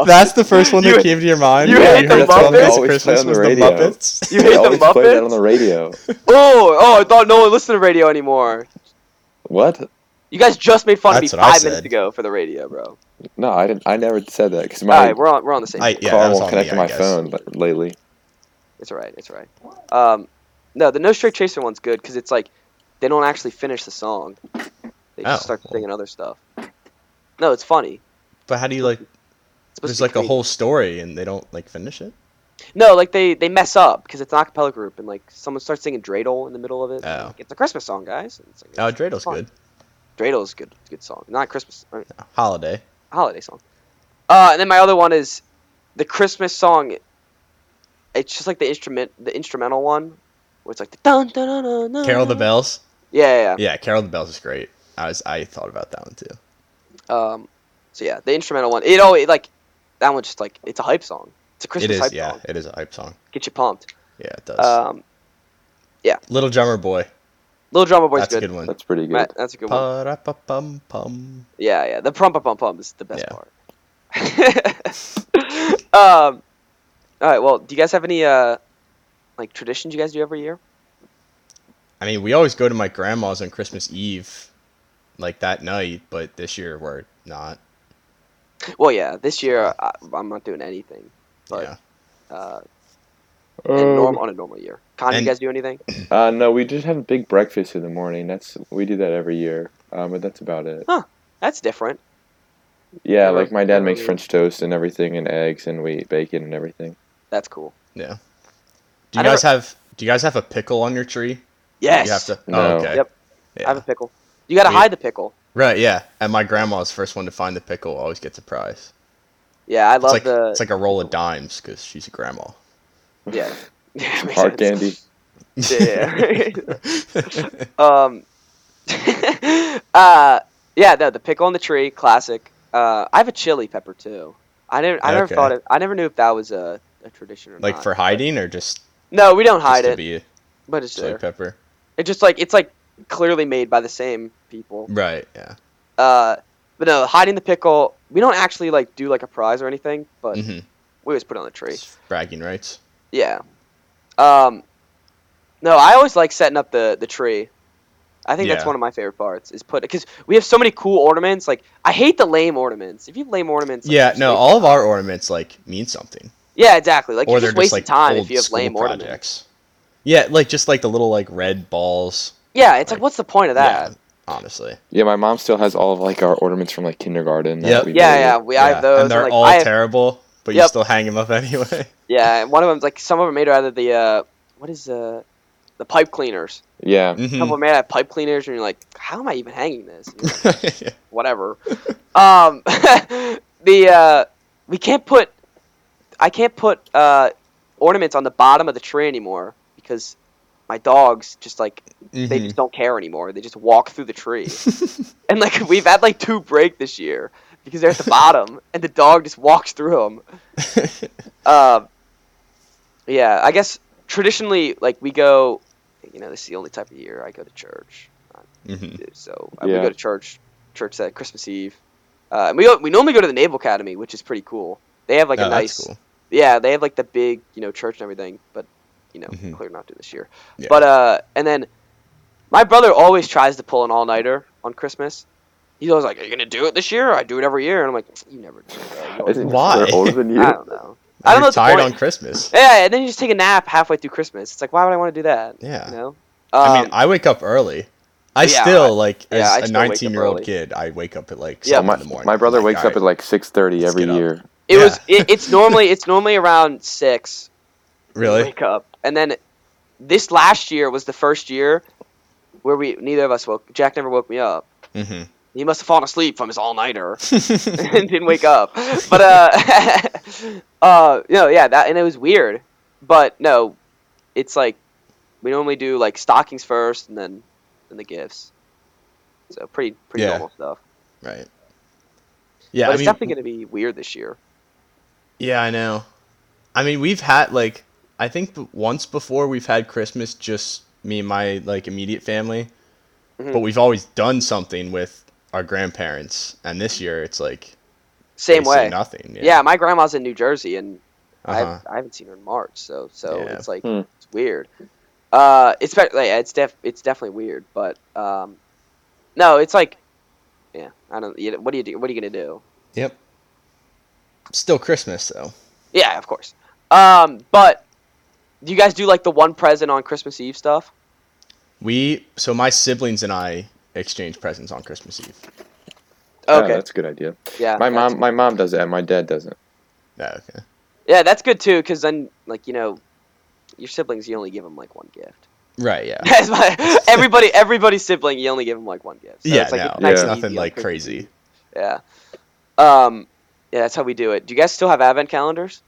Speaker 2: That's the first one that
Speaker 1: You-
Speaker 2: came to your mind.
Speaker 1: you
Speaker 2: when
Speaker 1: hate the
Speaker 2: heard 12
Speaker 1: Muppets?
Speaker 2: Days of
Speaker 3: Always
Speaker 2: Christmas
Speaker 3: play on
Speaker 2: was
Speaker 3: the
Speaker 2: the
Speaker 3: radio.
Speaker 2: Muppets.
Speaker 1: You
Speaker 3: They
Speaker 1: hate the
Speaker 3: always play that
Speaker 1: Muppets?
Speaker 3: on the radio.
Speaker 1: oh, oh, I thought no one listened to radio anymore.
Speaker 3: What?
Speaker 1: You guys just made fun
Speaker 2: That's
Speaker 1: of
Speaker 2: what
Speaker 1: me
Speaker 2: I
Speaker 1: five minutes
Speaker 2: said.
Speaker 1: ago for the radio, bro.
Speaker 3: No, I didn't. I never said that because
Speaker 1: All
Speaker 3: my
Speaker 1: right, we're on we're on the same.
Speaker 2: I,
Speaker 1: page.
Speaker 2: yeah,
Speaker 3: car
Speaker 2: that was
Speaker 3: won't
Speaker 2: on
Speaker 3: connect
Speaker 2: me,
Speaker 3: to
Speaker 2: I
Speaker 3: my
Speaker 2: guess.
Speaker 3: phone li- lately.
Speaker 1: It's all right. It's all right. Um, no, the No Straight Chaser one's good because it's like they don't actually finish the song; they just
Speaker 2: Oh.
Speaker 1: start singing other stuff. No, it's funny.
Speaker 2: But how do you like?
Speaker 1: It's supposed
Speaker 2: There's
Speaker 1: to be
Speaker 2: like a
Speaker 1: creepy.
Speaker 2: whole story and they don't like finish it.
Speaker 1: No, like they they mess up because it's an acapella group, and like someone starts singing dreidel in the middle of it.
Speaker 2: Oh.
Speaker 1: Like, it's a Christmas song, guys. And It's like,
Speaker 2: Oh,
Speaker 1: it's
Speaker 2: Dreidel's
Speaker 1: fun.
Speaker 2: good.
Speaker 1: Dreidel's a good good song, not a Christmas I mean,
Speaker 2: Holiday.
Speaker 1: a holiday song. Uh, and then my other one is the Christmas song. It's just like the instrument, the instrumental one, where it's like the dun dun dun dun. dun
Speaker 2: Carol the Bells.
Speaker 1: Yeah, yeah. yeah.
Speaker 2: Yeah, Carol the Bells is great. I was I thought about that one too.
Speaker 1: Um, so yeah, the instrumental one. It always like that one. Just like it's a hype song. It's a Christmas
Speaker 2: it is.
Speaker 1: hype
Speaker 2: Yeah,
Speaker 1: song.
Speaker 2: it is a hype song.
Speaker 1: Get you pumped.
Speaker 2: Yeah, it does.
Speaker 1: Um,
Speaker 2: Little Drummer Boy.
Speaker 1: Little Drummer Boy's
Speaker 2: That's a
Speaker 1: good.
Speaker 2: good one.
Speaker 3: That's pretty good.
Speaker 1: Matt, that's a good one.
Speaker 2: Pa-ra-pa-pum, pum.
Speaker 1: Yeah, yeah. The pump pump pump pump is the best
Speaker 2: Yeah.
Speaker 1: part. um, all right. Well, do you guys have any uh, like traditions you guys do every year?
Speaker 2: I mean, we always go to my grandma's on Christmas Eve, like that night. But this year we're not.
Speaker 1: Well, yeah. This year I, I'm not doing anything. But
Speaker 2: yeah.
Speaker 1: uh,
Speaker 3: Um,
Speaker 1: in norm, on a normal year, Con, do you
Speaker 2: and-
Speaker 1: guys do anything?
Speaker 3: uh, no, we just have a big breakfast in the morning. That's we do that every year. Um, but that's about it.
Speaker 1: That's different.
Speaker 3: Yeah,
Speaker 1: Never-
Speaker 3: like my dad
Speaker 1: never
Speaker 3: makes
Speaker 1: really-
Speaker 3: French toast and everything, and eggs, and we eat bacon and everything.
Speaker 1: That's cool.
Speaker 2: Yeah. Do
Speaker 1: I
Speaker 2: you guys
Speaker 1: never-
Speaker 2: have Do you guys have a pickle on your tree?
Speaker 1: Yes.
Speaker 2: You have to.
Speaker 3: No.
Speaker 2: Oh, okay.
Speaker 1: Yep.
Speaker 2: Yeah.
Speaker 1: I have a pickle. You gotta
Speaker 2: We-
Speaker 1: hide the pickle.
Speaker 2: Right. Yeah. And my grandma's first one to find the pickle always gets a prize.
Speaker 1: Yeah, I
Speaker 2: It's
Speaker 1: love
Speaker 2: like
Speaker 1: the.
Speaker 2: it's like a roll of dimes because she's a grandma.
Speaker 1: yeah. yeah. makes
Speaker 3: Hard
Speaker 1: sense.
Speaker 3: candy.
Speaker 1: Yeah. Um, uh, yeah, no, the pickle on the tree, classic. Uh, I have a chili pepper too. I never, I never
Speaker 2: Okay.
Speaker 1: thought it. I never knew if that was a, a tradition or
Speaker 2: like
Speaker 1: not.
Speaker 2: for hiding or just,
Speaker 1: no, we don't
Speaker 2: just
Speaker 1: hide
Speaker 2: to
Speaker 1: it,
Speaker 2: be a
Speaker 1: but it's
Speaker 2: chili
Speaker 1: there.
Speaker 2: pepper.
Speaker 1: It's just like it's like clearly made by the same people.
Speaker 2: Right. Yeah.
Speaker 1: Uh, but no, hiding the pickle. We don't actually like do like a prize or anything, but
Speaker 2: Mm-hmm.
Speaker 1: we always put it on the tree.
Speaker 2: Bragging rights.
Speaker 1: Yeah. Um, no, I always like setting up the the tree. I think that's
Speaker 2: Yeah.
Speaker 1: one of my favorite parts is put because we have so many cool ornaments. Like I hate the lame ornaments. If you have lame ornaments, like,
Speaker 2: yeah.
Speaker 1: you're just
Speaker 2: No.
Speaker 1: wasting-
Speaker 2: All of our ornaments like mean something.
Speaker 1: yeah, exactly. Like
Speaker 2: or
Speaker 1: you're
Speaker 2: they're
Speaker 1: just
Speaker 2: just
Speaker 1: wasting
Speaker 2: like
Speaker 1: time
Speaker 2: old
Speaker 1: if you have
Speaker 2: school
Speaker 1: lame ornaments.
Speaker 2: projects. Yeah, like just like the little like red balls.
Speaker 1: Yeah, it's like
Speaker 2: Like,
Speaker 1: what's the point of that?
Speaker 2: Yeah, honestly.
Speaker 3: Yeah, my mom still has all of like our ornaments from like kindergarten. that
Speaker 2: Yep.
Speaker 3: we
Speaker 1: Yeah,
Speaker 3: made.
Speaker 1: yeah, we I have those.
Speaker 2: and they're
Speaker 1: like,
Speaker 2: all
Speaker 1: I have,
Speaker 2: terrible, but you
Speaker 1: Yep.
Speaker 2: still hang them up anyway.
Speaker 1: yeah, and one of them's like some of them made out of the uh, what is uh, the pipe cleaners?
Speaker 3: Yeah.
Speaker 1: A
Speaker 2: Mhm.
Speaker 1: couple of men have pipe cleaners, and you're like, how am I even hanging this? And you're like, Whatever. um, the uh, we can't put, I can't put uh, ornaments on the bottom of the tree anymore because my dogs just like they
Speaker 2: Mhm.
Speaker 1: just don't care anymore. They just walk through the tree. and like we've had like two break this year because they're at the bottom and the dog just walks through them.
Speaker 2: Mm-hmm.
Speaker 1: Um, yeah, I guess traditionally like we go, you know, this is the only type of year I go to church.
Speaker 2: Mhm.
Speaker 1: So uh, we
Speaker 3: Yeah.
Speaker 1: go to church, church that Christmas Eve. Uh, and we go, we normally go to the Naval Academy, which is pretty cool. They have like
Speaker 2: No,
Speaker 1: a
Speaker 2: Oh, that's
Speaker 1: nice
Speaker 2: cool.
Speaker 1: yeah, they have like the big, you know, church and everything, but you know,
Speaker 2: Mhm.
Speaker 1: clearly not doing this year.
Speaker 2: Yeah.
Speaker 1: But uh, and then my brother always tries to pull an all nighter on Christmas. He's always like, "Are you gonna do it this year?" I do it every year, and I'm like, "You never do it." bro. You always
Speaker 3: I think
Speaker 1: do
Speaker 2: Why?
Speaker 3: They're older than
Speaker 1: it."
Speaker 3: you.
Speaker 1: I don't know. I don't
Speaker 2: You're
Speaker 1: know. it's
Speaker 2: Tired
Speaker 1: boring.
Speaker 2: on Christmas.
Speaker 1: Yeah, and then you just take a nap halfway through Christmas. It's like, why would I want to do that?
Speaker 2: Yeah.
Speaker 1: You know.
Speaker 2: I mean,
Speaker 1: Um,
Speaker 2: I wake up early. I
Speaker 1: Yeah,
Speaker 2: still like
Speaker 1: yeah, I
Speaker 2: as
Speaker 1: still
Speaker 2: a
Speaker 1: wake up
Speaker 2: 19 year old
Speaker 1: early.
Speaker 2: kid. I wake up at like
Speaker 1: Yeah,
Speaker 2: yeah.
Speaker 3: my,
Speaker 2: in the morning. Oh
Speaker 3: my brother
Speaker 2: I'm like,
Speaker 3: wakes up at
Speaker 2: "Alright,
Speaker 3: like 6.30 every
Speaker 2: get up."
Speaker 3: year.
Speaker 1: it was.
Speaker 2: yeah.
Speaker 1: It, it's normally it's normally around six.
Speaker 2: really.
Speaker 1: wake up. And then this last year was the first year where we neither of us woke. Jack never woke me up.
Speaker 2: Mm-hmm.
Speaker 1: He must have fallen asleep from his all nighter and didn't wake up. But uh, uh, no, yeah, that and it was weird. But no, it's like we normally do like stockings first and then and the gifts. So pretty pretty
Speaker 2: Yeah.
Speaker 1: normal stuff.
Speaker 2: right. Yeah,
Speaker 1: but
Speaker 2: I
Speaker 1: it's
Speaker 2: mean,
Speaker 1: definitely gonna be weird this year.
Speaker 2: Yeah, I know. I mean, we've had like I think b- once before we've had Christmas just me and my like immediate family,
Speaker 1: Mhm.
Speaker 2: but we've always done something with our grandparents, and this year it's like
Speaker 1: Same
Speaker 2: basically
Speaker 1: way.
Speaker 2: nothing. Yeah,
Speaker 1: Yeah. my grandma's in New Jersey and
Speaker 2: Uh-huh.
Speaker 1: I, I haven't seen her in March, so so
Speaker 2: Yeah.
Speaker 1: it's like
Speaker 3: Hmm.
Speaker 1: it's weird. Uh, it's be- like, it's def it's definitely weird, but um, no, it's like, yeah, I don't. You know, what do you do? What are you gonna do?
Speaker 2: Yep. Still Christmas though.
Speaker 1: Yeah, of course. Um, but do you guys do like the one present on Christmas Eve stuff?
Speaker 2: We so my siblings and I exchange presents on Christmas Eve.
Speaker 3: Oh,
Speaker 1: Okay,
Speaker 3: that's a good idea.
Speaker 1: yeah,
Speaker 3: My
Speaker 1: that's
Speaker 3: mom my mom does that. My dad doesn't.
Speaker 2: Yeah, okay.
Speaker 1: Yeah, that's good too, because then like you know, your siblings you only give them like one gift.
Speaker 2: Right. Yeah.
Speaker 1: That's my, everybody, everybody's sibling you only give them like one gift. So
Speaker 2: yeah.
Speaker 1: it's, like,
Speaker 2: no,
Speaker 1: nice
Speaker 2: it's
Speaker 1: and
Speaker 2: nothing
Speaker 1: easy on
Speaker 2: like
Speaker 1: Christmas Eve.
Speaker 2: crazy.
Speaker 1: Yeah. Um, yeah, that's how we do it. Do you guys still have advent calendars?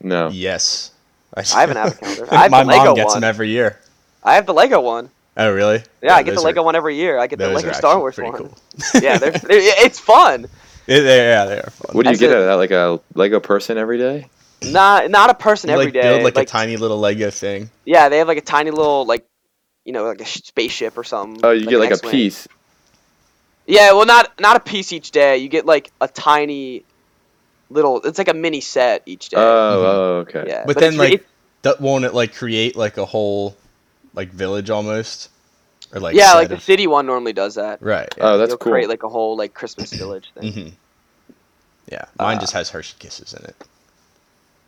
Speaker 3: No.
Speaker 2: Yes.
Speaker 1: I have an advent calendar. I have
Speaker 2: my
Speaker 1: the Lego
Speaker 2: mom gets
Speaker 1: one.
Speaker 2: them every year.
Speaker 1: I have the Lego one.
Speaker 2: Oh, really?
Speaker 1: Yeah, I get the
Speaker 2: those are-
Speaker 1: Lego one every year. I get the
Speaker 2: those
Speaker 1: Lego
Speaker 2: are
Speaker 1: Star
Speaker 2: actually
Speaker 1: Wars
Speaker 2: pretty
Speaker 1: one.
Speaker 2: cool.
Speaker 1: yeah, they're, they're, it's fun.
Speaker 2: Yeah, they, yeah, they are fun.
Speaker 3: What do you
Speaker 1: That's
Speaker 3: get
Speaker 1: it.
Speaker 3: out of that? Like a Lego person every day?
Speaker 1: Not not a person
Speaker 2: You,
Speaker 1: every
Speaker 2: like
Speaker 1: day.
Speaker 2: build like,
Speaker 1: like, uh,
Speaker 2: a tiny little Lego thing.
Speaker 1: yeah, they have like a tiny little like, you know, like a sh- spaceship or something.
Speaker 3: Oh, you get
Speaker 1: an
Speaker 3: like a
Speaker 1: X-wing.
Speaker 3: piece.
Speaker 1: Yeah, well, not not a piece each day. You get like a tiny little. It's like a mini set each day.
Speaker 3: Oh, oh, okay.
Speaker 1: yeah,
Speaker 2: But,
Speaker 1: it's
Speaker 2: then
Speaker 1: re-
Speaker 2: like
Speaker 1: it-
Speaker 2: that won't it like create like a whole like village almost or like
Speaker 1: yeah,
Speaker 2: set
Speaker 1: like the
Speaker 2: of-
Speaker 1: city one normally does that.
Speaker 2: right. Yeah.
Speaker 3: Oh, that's
Speaker 1: You'll
Speaker 3: cool.
Speaker 1: create like a whole like Christmas village thing.
Speaker 2: hmm yeah. Mine
Speaker 1: Uh,
Speaker 2: just has Hershey kisses in it.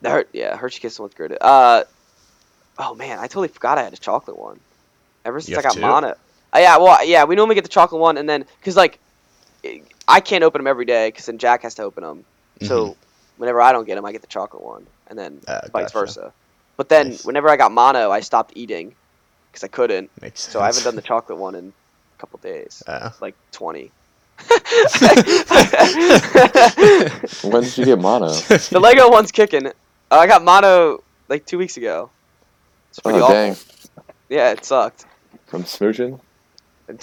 Speaker 1: The Her- yeah, Hershey Kisses one's good. Uh, oh man, I totally forgot I had a chocolate one. Ever since
Speaker 2: You
Speaker 1: I
Speaker 2: have
Speaker 1: got
Speaker 2: two?
Speaker 1: Mana. Uh, yeah, well, yeah, we normally get the chocolate one, and then because like I- I can't open them every day, because then Jack has to open them. So whenever I don't get them, I get the chocolate one, and then
Speaker 2: Uh,
Speaker 1: vice
Speaker 2: Mm-hmm. gotcha.
Speaker 1: versa. But then
Speaker 2: Nice.
Speaker 1: whenever I got Mono, I stopped eating because I couldn't.
Speaker 2: Makes sense.
Speaker 1: So I haven't done the chocolate one in a couple days,
Speaker 2: Uh,
Speaker 1: like twenty.
Speaker 3: When did you get mono? Oh,
Speaker 1: The Lego one's kicking. Uh, I got mono like two weeks ago. It's pretty
Speaker 3: Oh,
Speaker 1: awful.
Speaker 3: dang.
Speaker 1: Yeah, it sucked.
Speaker 3: From smooching?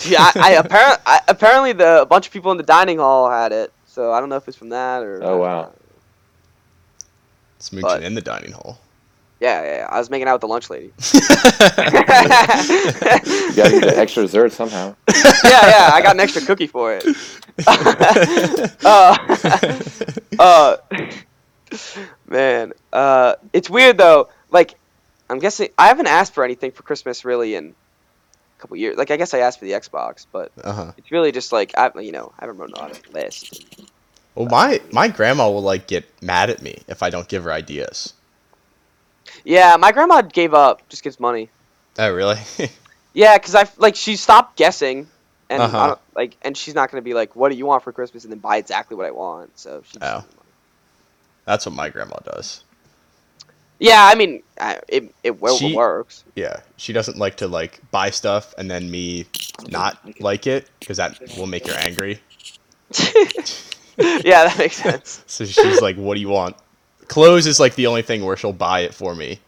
Speaker 1: Yeah, I, I, apparent, I apparently the a bunch of people in the dining hall had it, so I don't know if it's from that or.
Speaker 3: Oh, wow.
Speaker 2: smooching
Speaker 1: but-
Speaker 2: in the dining hall.
Speaker 1: Yeah, yeah, yeah. I was making out with the lunch lady.
Speaker 3: You gotta get the extra dessert somehow.
Speaker 1: yeah, yeah. I got an extra cookie for it. uh, uh, man, uh, it's weird though. Like, I'm guessing I haven't asked for anything for Christmas really in a couple years. Like, I guess I asked for the Xbox, but
Speaker 2: uh-huh.
Speaker 1: it's really just like I, you know, I haven't written on a list.
Speaker 2: Well, my my grandma will like get mad at me if I don't give her ideas.
Speaker 1: Yeah, my grandma gave up. Just gives money.
Speaker 2: Oh, really?
Speaker 1: Yeah, because I like she stopped guessing, and I
Speaker 2: Uh-huh.
Speaker 1: don't, like, and she's not gonna be like, "What do you want for Christmas?" and then buy exactly what I want. So she. just-
Speaker 2: Oh. That's what my grandma does.
Speaker 1: Yeah, I mean, I, it it well
Speaker 2: She-
Speaker 1: works.
Speaker 2: Yeah, she doesn't like to like buy stuff and then me not like it because that will make her angry.
Speaker 1: yeah, that makes sense.
Speaker 2: So she's like, "What do you want?" Clothes is like the only thing where she'll buy it for me.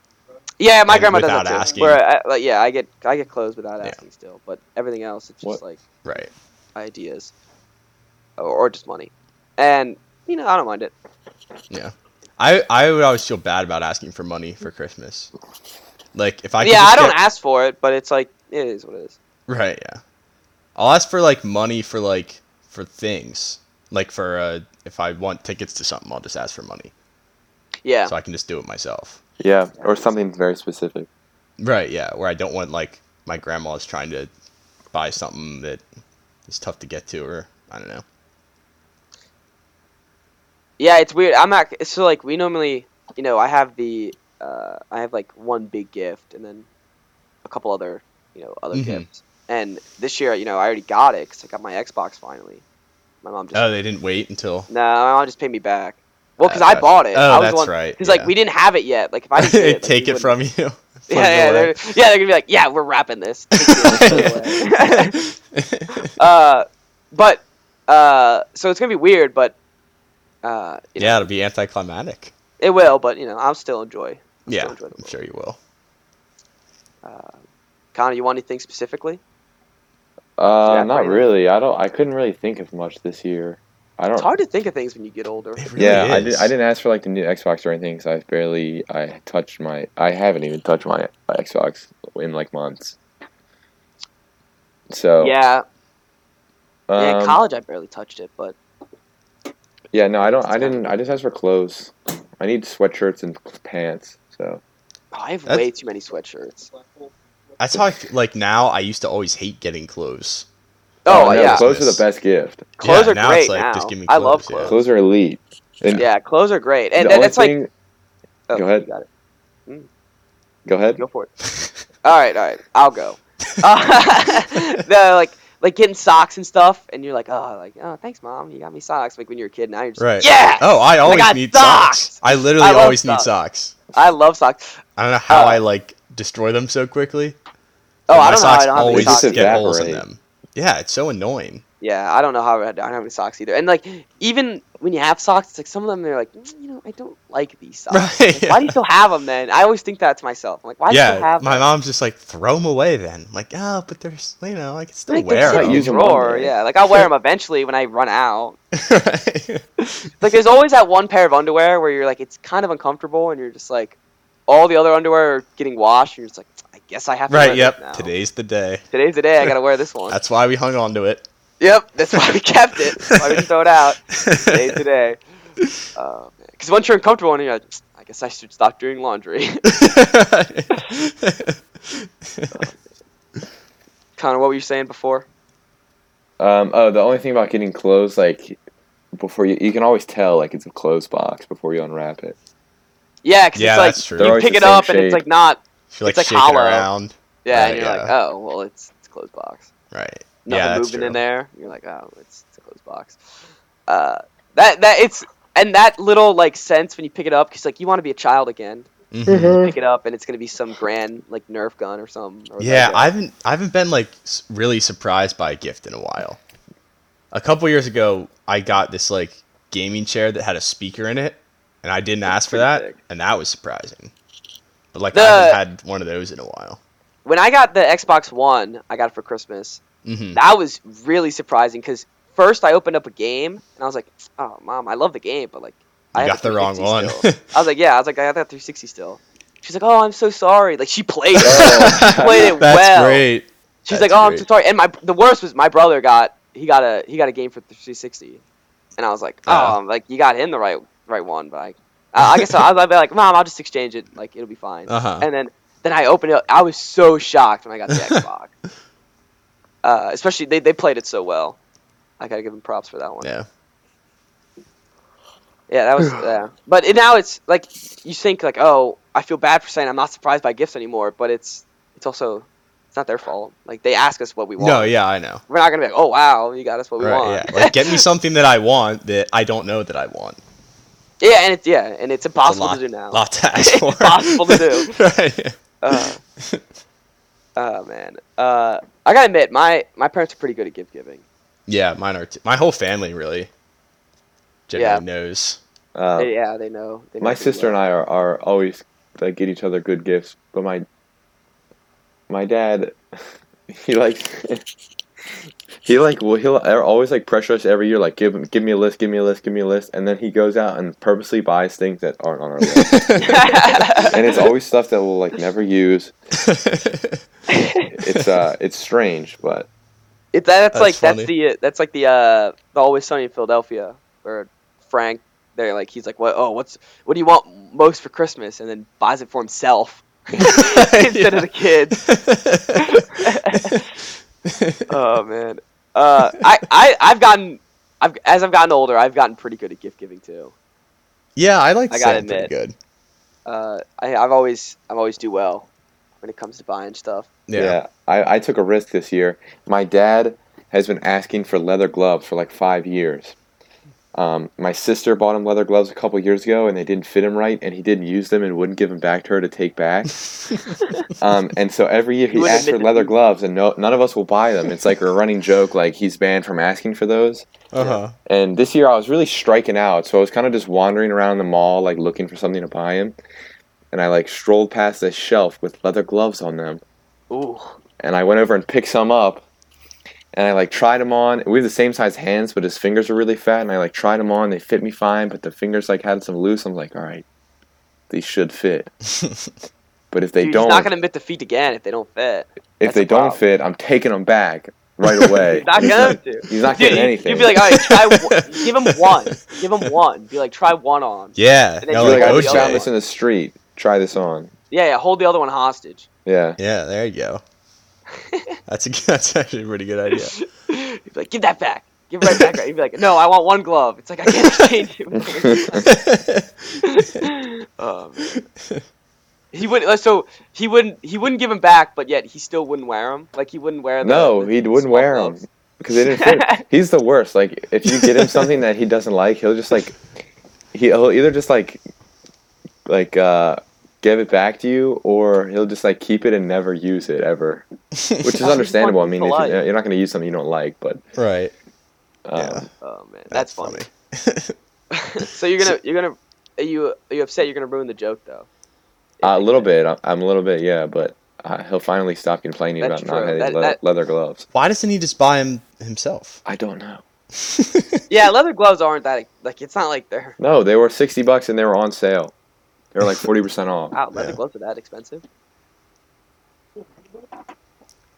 Speaker 1: Yeah, my
Speaker 2: And
Speaker 1: grandma does that
Speaker 2: without
Speaker 1: too.
Speaker 2: asking.
Speaker 1: Where I, like, yeah, I get I get clothes without
Speaker 2: Yeah.
Speaker 1: asking still, but everything else it's just
Speaker 3: What?
Speaker 1: like
Speaker 2: Right.
Speaker 1: ideas, or, or just money, and you know I don't mind it.
Speaker 2: Yeah. I I would always feel bad about asking for money for Christmas. Like if I could
Speaker 1: yeah,
Speaker 2: just
Speaker 1: I don't
Speaker 2: get-
Speaker 1: ask for it, but it's like it is what it is.
Speaker 2: Right, yeah. I'll ask for like money for like for things. Like for uh if I want tickets to something, I'll just ask for money.
Speaker 1: Yeah,
Speaker 2: So I can just do it myself.
Speaker 3: Yeah, or something very specific.
Speaker 2: Right, yeah. Where I don't want like my grandma's trying to buy something that is tough to get to or I don't know.
Speaker 1: yeah, it's weird. I'm not so like we normally you know I have the uh, I have like one big gift and then a couple other you know other
Speaker 2: Mhm.
Speaker 1: gifts, and this year you know I already got it because I got my Xbox finally. My mom just
Speaker 2: Oh, they didn't wait until
Speaker 1: No, my mom just paid me back. Well, because
Speaker 2: Uh,
Speaker 1: I
Speaker 2: gotcha.
Speaker 1: bought it.
Speaker 2: Oh,
Speaker 1: I was
Speaker 2: that's
Speaker 1: the one,
Speaker 2: right,
Speaker 1: Because
Speaker 2: yeah.
Speaker 1: like we didn't have it yet. Like if I didn't get
Speaker 2: they
Speaker 1: it, like,
Speaker 2: take
Speaker 1: we
Speaker 2: it from you.
Speaker 1: wouldn't- Yeah, yeah, they're, yeah. They're gonna be like, yeah, we're wrapping this. away.
Speaker 2: yeah.
Speaker 1: uh, but uh, so it's gonna be weird, but uh, you know,
Speaker 2: yeah, it'll be anticlimactic.
Speaker 1: it will. But you know, I'll still enjoy. I'll
Speaker 2: Yeah,
Speaker 1: still enjoy the
Speaker 2: I'm
Speaker 1: world.
Speaker 2: sure you will.
Speaker 1: Uh, Connor, you want anything specifically?
Speaker 3: Uh,
Speaker 1: Yeah,
Speaker 3: not
Speaker 1: quite.
Speaker 3: really. I don't. I couldn't really think of much this year. I don't.
Speaker 1: It's hard to think of things when you get older.
Speaker 2: It really
Speaker 3: yeah, I,
Speaker 2: is.
Speaker 3: did, I didn't ask for like the new Xbox or anything, so I've barely I touched my I haven't even touched my uh, Xbox in like months. So
Speaker 1: Yeah,
Speaker 3: um,
Speaker 1: yeah. In college, I barely touched it, but
Speaker 3: yeah, no, I don't. I didn't. I just asked for clothes. I need sweatshirts and pants. So
Speaker 1: oh, I have
Speaker 2: That's-
Speaker 1: way too many sweatshirts.
Speaker 2: That's how I f- like now. I used to always hate getting clothes.
Speaker 1: Oh,
Speaker 3: Uh, no,
Speaker 1: yeah,
Speaker 2: clo-
Speaker 3: clothes are the best gift.
Speaker 1: clothes
Speaker 2: Yeah,
Speaker 1: are
Speaker 2: now
Speaker 1: great
Speaker 2: it's like,
Speaker 1: now.
Speaker 2: just give me
Speaker 1: I love
Speaker 2: clothes, yeah.
Speaker 1: clothes.
Speaker 3: Clothes are elite. And
Speaker 1: Yeah, clothes are great, and
Speaker 3: the only
Speaker 1: that's like.
Speaker 3: thing,
Speaker 1: oh,
Speaker 3: go ahead.
Speaker 1: you got it.
Speaker 3: Go ahead.
Speaker 1: Go for it. All right, all right. I'll go. Uh, the like like getting socks and stuff, and you're like, oh, like oh, thanks, mom, you got me socks. Like when you're a kid, now you're just
Speaker 2: Right.
Speaker 1: like, yeah,
Speaker 2: Oh, I always
Speaker 1: got
Speaker 2: need
Speaker 1: socks.
Speaker 2: socks. I literally
Speaker 1: I love
Speaker 2: always
Speaker 1: socks.
Speaker 2: need socks.
Speaker 1: I love socks.
Speaker 2: I don't know how
Speaker 1: Uh,
Speaker 2: I like destroy them so quickly.
Speaker 1: Oh,
Speaker 2: My
Speaker 1: I don't know.
Speaker 2: socks
Speaker 1: How I don't have any
Speaker 2: always
Speaker 1: socks.
Speaker 3: They just
Speaker 2: get holes in
Speaker 3: evaporate.
Speaker 2: them. Yeah, it's so annoying.
Speaker 1: Yeah, I don't know how I don't have any socks either. And like even when you have socks, it's like some of them they're like, "Mm, you know, I don't like these socks.
Speaker 2: Right,
Speaker 1: Like, Why do you
Speaker 2: yeah.
Speaker 1: still have them then? I always think that to myself. I'm like, why do you
Speaker 2: yeah,
Speaker 1: still have?
Speaker 2: my
Speaker 1: them?
Speaker 2: mom's just like throw them away. Then I'm like, oh, but there's you know I can still
Speaker 1: Like, they're just
Speaker 2: wear
Speaker 1: in
Speaker 3: them.
Speaker 1: the
Speaker 3: Might use
Speaker 2: them.
Speaker 3: 'em one
Speaker 1: drawer,
Speaker 3: day.
Speaker 1: yeah. Like I'll wear them eventually when I run out.
Speaker 2: Right.
Speaker 1: Like there's always that one pair of underwear where you're like it's kind of uncomfortable and you're just like all the other underwear are getting washed and you're just like I guess I have to wear
Speaker 2: right.
Speaker 1: this now.
Speaker 2: Yep. Today's the day.
Speaker 1: Today's the day I gotta wear this one.
Speaker 2: That's why we hung on to it.
Speaker 1: yep, that's why we kept it. That's why we didn't throw it out. Today's the day. Because once you're uncomfortable and you're like, I guess I should stop doing laundry. Connor, what were you saying before?
Speaker 3: Um, oh, the only thing about getting clothes, like before you, you can always tell like it's a clothes box before you unwrap it.
Speaker 1: Yeah, because
Speaker 2: Yeah, that's
Speaker 1: it's
Speaker 2: true.
Speaker 1: like
Speaker 2: They're
Speaker 1: you
Speaker 3: always
Speaker 1: pick
Speaker 3: the
Speaker 1: it up
Speaker 3: same
Speaker 1: and it's
Speaker 3: shape.
Speaker 1: like not.
Speaker 2: You're like
Speaker 1: It's like
Speaker 2: shaking
Speaker 1: hollow.
Speaker 2: around.
Speaker 1: Yeah,
Speaker 2: Right,
Speaker 1: and you're like,
Speaker 2: yeah.
Speaker 1: oh, well, it's it's a closed box.
Speaker 2: Right.
Speaker 1: nothing
Speaker 2: yeah, that's
Speaker 1: moving
Speaker 2: true.
Speaker 1: in there. You're like, oh, it's, it's a closed box. Uh, that that it's and that little like sense when you pick it up because like you want to be a child again.
Speaker 2: Mhm.
Speaker 3: Mm-hmm.
Speaker 1: Pick it up and it's gonna be some grand like Nerf gun or something. Or
Speaker 2: Yeah,
Speaker 1: Lego.
Speaker 2: I haven't I haven't been like s- really surprised by a gift in a while. A couple years ago, I got this like gaming chair that had a speaker in it, and I didn't ask for
Speaker 1: pretty
Speaker 2: that,
Speaker 1: big.
Speaker 2: and that was surprising. But like
Speaker 1: The-
Speaker 2: I haven't had one of those in a while.
Speaker 1: when I got the Xbox One, I got it for Christmas.
Speaker 2: hmm
Speaker 1: That was really surprising because first I opened up a game and I was like, oh mom, I love the game, but like I
Speaker 2: You
Speaker 1: have
Speaker 2: got the wrong
Speaker 1: 360
Speaker 2: one.
Speaker 1: still." I was like, yeah, I was like, I got that 360 still. She's like, oh, I'm so sorry. Like she played
Speaker 2: Oh.
Speaker 1: it. played it
Speaker 2: That's
Speaker 1: well.
Speaker 2: great.
Speaker 1: She's
Speaker 2: That's
Speaker 1: like, "Oh, I'm
Speaker 2: great.
Speaker 1: so sorry." And my the worst was my brother got he got a he got a game for 360, and I was like, "Oh,
Speaker 2: Yeah.
Speaker 1: I'm like you got him the right right one." But I, I I guess I, I'd be like, "Mom, I'll just exchange it. Like it'll be fine."
Speaker 2: Uh-huh.
Speaker 1: And then then I opened it. up. I was so shocked when I got the Xbox. Uh, especially they they played it so well. I gotta give them props for that one.
Speaker 2: Yeah.
Speaker 1: Yeah, that was. yeah. But it, now it's like you think like, oh, I feel bad for saying I'm not surprised by gifts anymore. But it's it's also it's not their fault. Like they ask us what we want.
Speaker 2: No, yeah, I know.
Speaker 1: We're not gonna be like, oh wow, you got us what we
Speaker 2: Right,
Speaker 1: want.
Speaker 2: yeah. Like get me something that I want that I don't know that I want.
Speaker 1: Yeah, and it's yeah, and it's
Speaker 2: It's a
Speaker 1: impossible
Speaker 2: lot,
Speaker 1: to do now.
Speaker 2: Lot to ask for.
Speaker 1: Impossible to do.
Speaker 2: right.
Speaker 1: Uh, oh man, uh, I gotta admit, my my parents are pretty good at gift giving.
Speaker 2: Yeah, mine are. T- my whole family really. Generally
Speaker 1: Yeah.
Speaker 2: knows.
Speaker 3: Um,
Speaker 1: They- yeah, they know. They know
Speaker 3: my
Speaker 1: pretty
Speaker 3: sister and
Speaker 1: well.
Speaker 3: I are, are always like get each other good gifts, but my my dad he like he like will he'll always like pressure us every year like give him- give me a list, give me a list, give me a list, and then he goes out and purposely buys things that aren't on our list, and it's always stuff that we'll like never use. It's uh it's strange, but
Speaker 1: It, that's,
Speaker 2: That's
Speaker 1: like
Speaker 2: funny.
Speaker 1: that's the uh, that's like the uh the Always Sunny in Philadelphia where Frank they're like he's like what oh what's what do you want most for Christmas and then buys it for himself instead of the kids. Oh man, uh, I I I've gotten I've as I've gotten older I've gotten pretty good at gift giving too.
Speaker 2: yeah, I like.
Speaker 1: I
Speaker 2: I
Speaker 1: gotta
Speaker 2: got pretty good.
Speaker 1: Uh, I I've always I'm always do well when it comes to buying stuff.
Speaker 2: Yeah.
Speaker 3: Yeah. I, I took a risk this year. My dad has been asking for leather gloves for like five years. Um, my sister bought him leather gloves a couple years ago, and they didn't fit him right, and he didn't use them and wouldn't give them back to her to take back. um, and so every year he
Speaker 1: wouldn't
Speaker 3: asks for
Speaker 1: admit it.
Speaker 3: leather gloves, and no, none of us will buy them. It's like a running joke, like he's banned from asking for those.
Speaker 2: Uh huh.
Speaker 3: And this year I was really striking out, so I was kind of just wandering around the mall, like looking for something to buy him. And I like strolled past this shelf with leather gloves on them
Speaker 1: Ooh,
Speaker 3: and I went over and picked some up, and I like tried them on. We have the same size hands, but his fingers are really fat, and I like tried them on. They fit me fine, but the fingers like had some loose. I'm like, all right, these should fit. but if they
Speaker 1: Dude,
Speaker 3: don't,
Speaker 1: he's not gonna admit defeat again if they don't fit.
Speaker 3: if
Speaker 1: that's
Speaker 3: they
Speaker 1: a
Speaker 3: don't
Speaker 1: problem.
Speaker 3: fit, I'm taking them back right away.
Speaker 1: He's not
Speaker 3: And
Speaker 1: going to.
Speaker 3: he's not getting
Speaker 1: Dude,
Speaker 3: anything.
Speaker 1: You'd be like, all right, try one, give him one, give him one. Be like, try one on.
Speaker 2: Yeah.
Speaker 1: And then
Speaker 2: No,
Speaker 1: you're
Speaker 3: You're
Speaker 2: like
Speaker 3: like, I
Speaker 1: "Oh,
Speaker 3: just found
Speaker 1: yeah."
Speaker 3: this
Speaker 2: OJ.
Speaker 3: in the street. Try this on.
Speaker 1: Yeah, yeah. Hold the other one hostage.
Speaker 3: Yeah.
Speaker 2: Yeah. There you go. That's a, that's actually a pretty good idea.
Speaker 1: You'd be like, give that back. Give it right back. You'd be like, no, I want one glove. It's like I can't change it. um, he wouldn't. like, So he wouldn't. He wouldn't give him back, but yet he still wouldn't wear them. Like he wouldn't wear. The,
Speaker 3: No,
Speaker 1: the
Speaker 3: he wouldn't
Speaker 1: small
Speaker 3: wear them
Speaker 1: gloves.
Speaker 3: because they didn't fit. He's the worst. Like if you get him something that he doesn't like, he'll just like he- he'll either just like like uh give it back to you or he'll just like keep it and never use it ever, which is
Speaker 1: what
Speaker 3: understandable. I
Speaker 1: people
Speaker 3: mean, if you,
Speaker 1: like.
Speaker 3: you're not going to use something you don't like, but
Speaker 2: right.
Speaker 3: um,
Speaker 2: Yeah.
Speaker 1: Oh man, that's, funny. so you're gonna. You're gonna. Are you? Are you upset? You're gonna ruin the joke though.
Speaker 3: a little bit. I'm, I'm a little bit, yeah, but uh, he'll finally stop complaining
Speaker 1: That's
Speaker 3: about not
Speaker 1: true.
Speaker 3: having
Speaker 1: That-
Speaker 3: le-
Speaker 1: that-
Speaker 3: leather gloves.
Speaker 2: Why doesn't he just buy him himself?
Speaker 3: I don't know.
Speaker 1: Yeah, leather gloves aren't that. Like it's not like they're.
Speaker 3: No, they were sixty bucks and they were on sale. They were like forty percent off.
Speaker 1: Wow, leather
Speaker 2: Yeah.
Speaker 1: gloves are that expensive.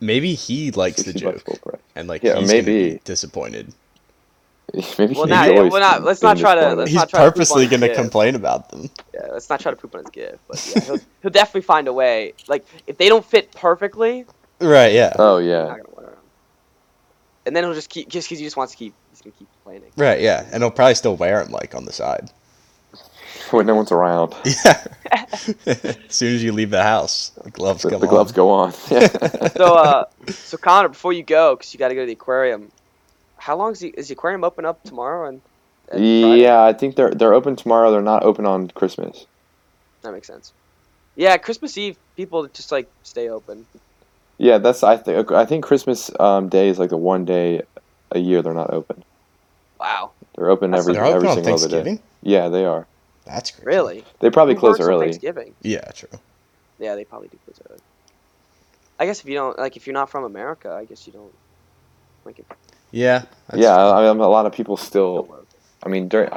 Speaker 2: Maybe he likes the
Speaker 3: 60 bucks
Speaker 2: joke
Speaker 3: full price.
Speaker 2: and like
Speaker 3: Yeah,
Speaker 2: he's gonna be
Speaker 3: maybe.
Speaker 2: disappointed.
Speaker 3: Maybe
Speaker 1: Well,
Speaker 3: he's
Speaker 1: not- yeah,
Speaker 3: always
Speaker 1: well, not- let's
Speaker 3: being
Speaker 1: not try to-
Speaker 3: disappointed.
Speaker 1: let's
Speaker 2: he's
Speaker 1: not trying to poop
Speaker 2: purposely
Speaker 1: on his
Speaker 2: gonna
Speaker 1: kid.
Speaker 2: complain about them.
Speaker 1: Yeah, let's not try to poop on his gift, but yeah, he'll, he'll definitely find a way. Like if they don't fit perfectly,
Speaker 2: Right. Yeah.
Speaker 3: Oh
Speaker 1: he's
Speaker 3: yeah,
Speaker 1: not gonna wear them. And then he'll just keep just because he just wants to keep. He's gonna keep complaining.
Speaker 2: Right. Yeah. And he'll probably still wear him like on the side.
Speaker 3: when no one's around,
Speaker 2: Yeah. as soon as you leave the house, the gloves
Speaker 3: the,
Speaker 2: come
Speaker 3: the gloves
Speaker 2: on.
Speaker 3: go on.
Speaker 1: So, uh, so Connor, before you go, because you got to go to the aquarium. How long is the is the aquarium open up tomorrow? And, and Friday?
Speaker 3: yeah, I think they're they're open tomorrow. They're not open on Christmas.
Speaker 1: that makes sense. Yeah, Christmas Eve, people just like stay open.
Speaker 3: Yeah, that's I think I think Christmas um, day is like the one day a year they're not open.
Speaker 1: Wow,
Speaker 3: They're open
Speaker 1: That's
Speaker 3: every
Speaker 2: They're open
Speaker 3: every
Speaker 2: on
Speaker 3: single other day.
Speaker 2: Thanksgiving.
Speaker 3: Yeah, they are.
Speaker 2: That's crazy.
Speaker 1: really?
Speaker 3: They probably
Speaker 1: Who
Speaker 3: close
Speaker 1: works on
Speaker 3: early.
Speaker 1: Thanksgiving.
Speaker 2: Yeah. True.
Speaker 1: Yeah, they probably do close early. I guess if you don't like, if you're not from America, I guess you don't. Like, it
Speaker 2: Yeah. that's
Speaker 3: yeah,
Speaker 2: true.
Speaker 3: I, I mean, a lot of people
Speaker 1: don't
Speaker 3: still.
Speaker 1: work.
Speaker 3: I mean, during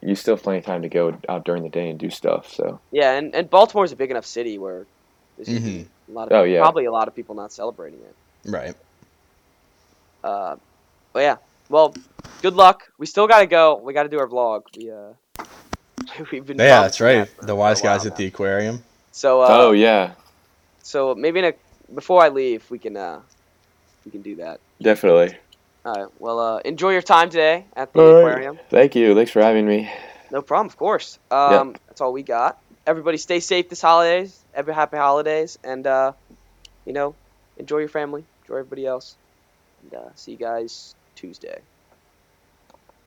Speaker 3: you still have plenty of time to go out during the day and do stuff. So
Speaker 1: Yeah, and, and Baltimore's a big enough city where there's gonna be a lot of
Speaker 3: Oh, yeah.
Speaker 1: probably a lot of people not celebrating it.
Speaker 2: Right.
Speaker 1: Uh, but yeah, well, good luck. We still gotta go. We gotta do our vlog. We uh, we've been
Speaker 2: Yeah, that's
Speaker 1: promising
Speaker 2: right.
Speaker 1: that for- for
Speaker 2: The
Speaker 1: a
Speaker 2: wise guys
Speaker 1: while
Speaker 2: at
Speaker 1: now.
Speaker 2: the aquarium.
Speaker 1: So uh,
Speaker 3: oh yeah,
Speaker 1: so maybe in a before I leave, we can uh, we can do that.
Speaker 3: definitely.
Speaker 1: All right. Well, uh, enjoy your time today at the
Speaker 3: All right.
Speaker 1: aquarium.
Speaker 3: Thank you. Thanks for having me.
Speaker 1: No problem, of course. Um, That's all we got. Everybody stay safe this holidays. Every happy holidays. And, uh, you know, enjoy your family. Enjoy everybody else. And uh, see you guys Tuesday.